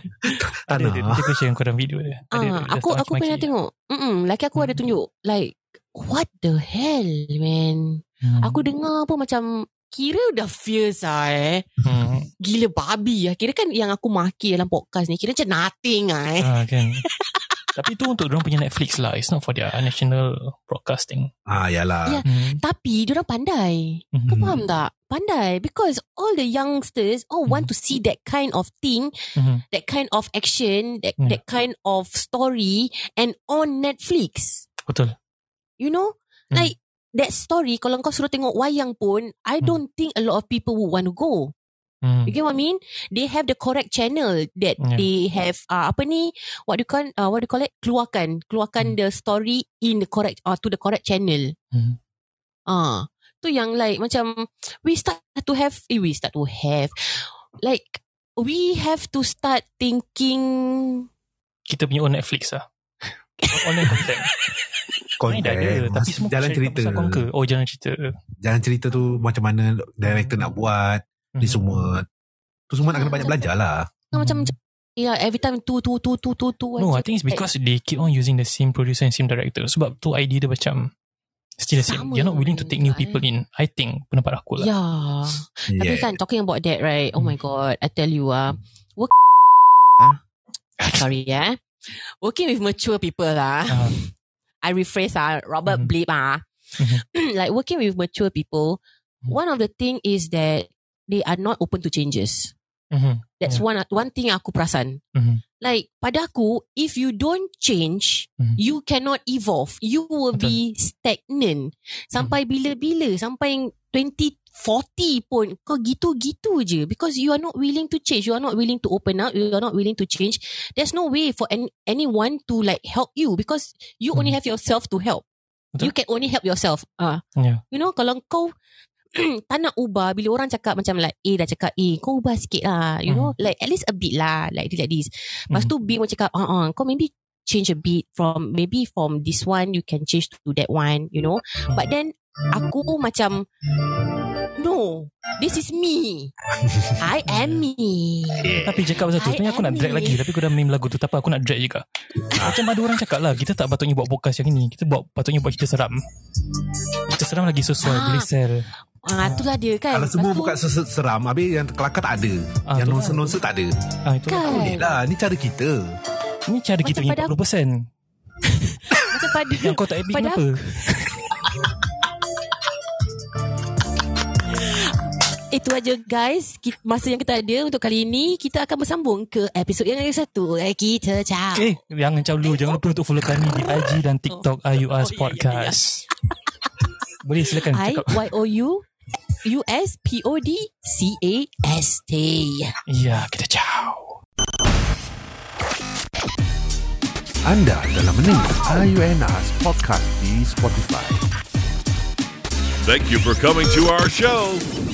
[SPEAKER 2] Tanah
[SPEAKER 4] ada nanti aku share korang video dia. Ada,
[SPEAKER 5] ah,
[SPEAKER 4] ada, dah
[SPEAKER 5] Aku
[SPEAKER 4] start
[SPEAKER 5] aku pernah
[SPEAKER 4] maki-maki.
[SPEAKER 5] tengok Mm-mm, Laki aku ada
[SPEAKER 4] Hmm.
[SPEAKER 5] tunjuk Like What the hell man
[SPEAKER 4] Hmm.
[SPEAKER 5] Aku dengar pun macam Kira dah fierce lah eh
[SPEAKER 4] hmm.
[SPEAKER 5] Gila babi lah Kira kan yang aku maki dalam podcast ni Kira macam nothing lah eh
[SPEAKER 4] ah, kan. Tapi tu untuk diorang punya Netflix lah. It's not for their national broadcasting.
[SPEAKER 2] Ah
[SPEAKER 4] Hmm.
[SPEAKER 2] yalah
[SPEAKER 5] Ya. Tapi diorang pandai Kau faham tak? Pandai Because all the youngsters All want to see that kind of thing
[SPEAKER 4] Mhm.
[SPEAKER 5] That kind of action That,
[SPEAKER 4] Hmm.
[SPEAKER 5] that kind of story And on Netflix
[SPEAKER 4] Betul.
[SPEAKER 5] You know
[SPEAKER 4] Hmm.
[SPEAKER 5] Like That story Kalau kau suruh tengok wayang pun I
[SPEAKER 4] Hmm.
[SPEAKER 5] don't think A lot of people would want to go
[SPEAKER 4] Hmm.
[SPEAKER 5] You get what I mean? They have the correct channel that
[SPEAKER 4] Yeah.
[SPEAKER 5] they have uh, apa ni? What do you call uh, what do you call it? Keluarkan,
[SPEAKER 4] Hmm.
[SPEAKER 5] keluarkan the story in the correct uh, to the correct channel.
[SPEAKER 4] Mhm.
[SPEAKER 5] Ah, uh, tu yang like macam we start to have, eh, we start to have like we have to start thinking.
[SPEAKER 4] Kita punya own Netflix lah. Online content. Main dah ada.
[SPEAKER 2] Content
[SPEAKER 4] Tapi semua
[SPEAKER 2] Jalan
[SPEAKER 4] cerita
[SPEAKER 2] cerita
[SPEAKER 4] pasal conquer. Oh, jalan cerita.
[SPEAKER 2] Jalan cerita tu Macam mana Director nak buat
[SPEAKER 4] Hmm.
[SPEAKER 2] Ni semua Tu semua nak kena
[SPEAKER 5] Ah,
[SPEAKER 2] banyak
[SPEAKER 5] macam-
[SPEAKER 2] belajar lah
[SPEAKER 5] Hmm. Macam macam yeah, every time tu tu tu tu tu tu.
[SPEAKER 4] No, I
[SPEAKER 5] macam-
[SPEAKER 4] think it's because they keep on using the same producer and same director. Sebab tu idea dia macam still the same.
[SPEAKER 5] Sama
[SPEAKER 4] They're not willing to take new
[SPEAKER 5] kan? Ya.
[SPEAKER 4] people in. I think pendapat aku lah.
[SPEAKER 5] Yeah. Tapi
[SPEAKER 2] Yeah Mm.
[SPEAKER 5] kan talking about that right. Oh my god, I tell you ah. work
[SPEAKER 2] Huh?
[SPEAKER 5] Sorry eh. Working with mature people lah.
[SPEAKER 4] Ah.
[SPEAKER 5] I rephrase ah Robert
[SPEAKER 2] Mm-hmm.
[SPEAKER 4] Mhm.
[SPEAKER 5] Blip ah.
[SPEAKER 4] Mhm.
[SPEAKER 5] like working with mature people,
[SPEAKER 4] Mhm.
[SPEAKER 2] Mm-hmm.
[SPEAKER 5] one of the thing is that they are not open to changes.
[SPEAKER 4] Mhm.
[SPEAKER 5] That's one one thing aku perasan.
[SPEAKER 4] Mhm.
[SPEAKER 5] Like pada aku, if you don't change,
[SPEAKER 4] Mhm.
[SPEAKER 5] you cannot evolve. You will
[SPEAKER 4] Betul. Hmm.
[SPEAKER 5] be stagnant sampai bila-bila, sampai 2040 pun kau gitu-gitu je because you are not willing to change. You are not willing to open up. You are not willing to change. There's no way for an, anyone to like help you because you only have yourself to help.
[SPEAKER 4] Hmm. Betul.
[SPEAKER 5] You can only help yourself. Ah,
[SPEAKER 4] Yeah.
[SPEAKER 5] you know kalau kau tak nak ubah bila orang cakap macam like A dah cakap A kau ubah sikit lah you
[SPEAKER 4] Hmm.
[SPEAKER 5] know like at least a bit lah like this like this lepas tu B pun cakap uh-uh, kau maybe change a bit from maybe from this one you can change to that one you know but then aku macam no this is me I am me
[SPEAKER 4] Tapi cakap pasal tu
[SPEAKER 5] I
[SPEAKER 4] Sebenarnya aku
[SPEAKER 5] am
[SPEAKER 4] nak drag
[SPEAKER 5] ni.
[SPEAKER 4] lagi Tapi aku dah meme lagu tu Tak apa aku nak drag juga Macam ada orang cakap lah Kita tak patutnya buat podcast yang ni Kita buat patutnya buat cerita seram Cerita seram lagi sesuai
[SPEAKER 5] Ah.
[SPEAKER 4] Boleh sell
[SPEAKER 5] ah tu lah dia kan
[SPEAKER 2] Kalau semua
[SPEAKER 5] Lepas tu-
[SPEAKER 2] bukan ses- seram Habis yang kelakar tak ada
[SPEAKER 4] Ah,
[SPEAKER 2] Yang
[SPEAKER 4] tu lah.
[SPEAKER 2] nonsense-nonsense tak ada
[SPEAKER 4] ah, itu
[SPEAKER 5] Kan.
[SPEAKER 2] Boleh lah Ni cara kita
[SPEAKER 4] Ni cara
[SPEAKER 5] Macam
[SPEAKER 4] kita punya
[SPEAKER 5] pada
[SPEAKER 4] 40%
[SPEAKER 5] macam pada
[SPEAKER 4] Yang kau tak happy
[SPEAKER 5] Pada
[SPEAKER 4] kenapa
[SPEAKER 5] Itu aja guys Ki- Masa yang kita ada Untuk kali ini Kita akan bersambung Ke episod yang satu Eh, Kita ciao
[SPEAKER 4] Eh Jangan caw dulu Jangan lupa untuk follow kami Di IG dan TikTok IUS Podcast Boleh silakan
[SPEAKER 5] I
[SPEAKER 4] cakap
[SPEAKER 5] Y O U U S P O D C A S T
[SPEAKER 4] Ya kita ciao
[SPEAKER 2] Anda dalam mendengar IUNA's podcast di Spotify
[SPEAKER 1] Thank you for coming to our show.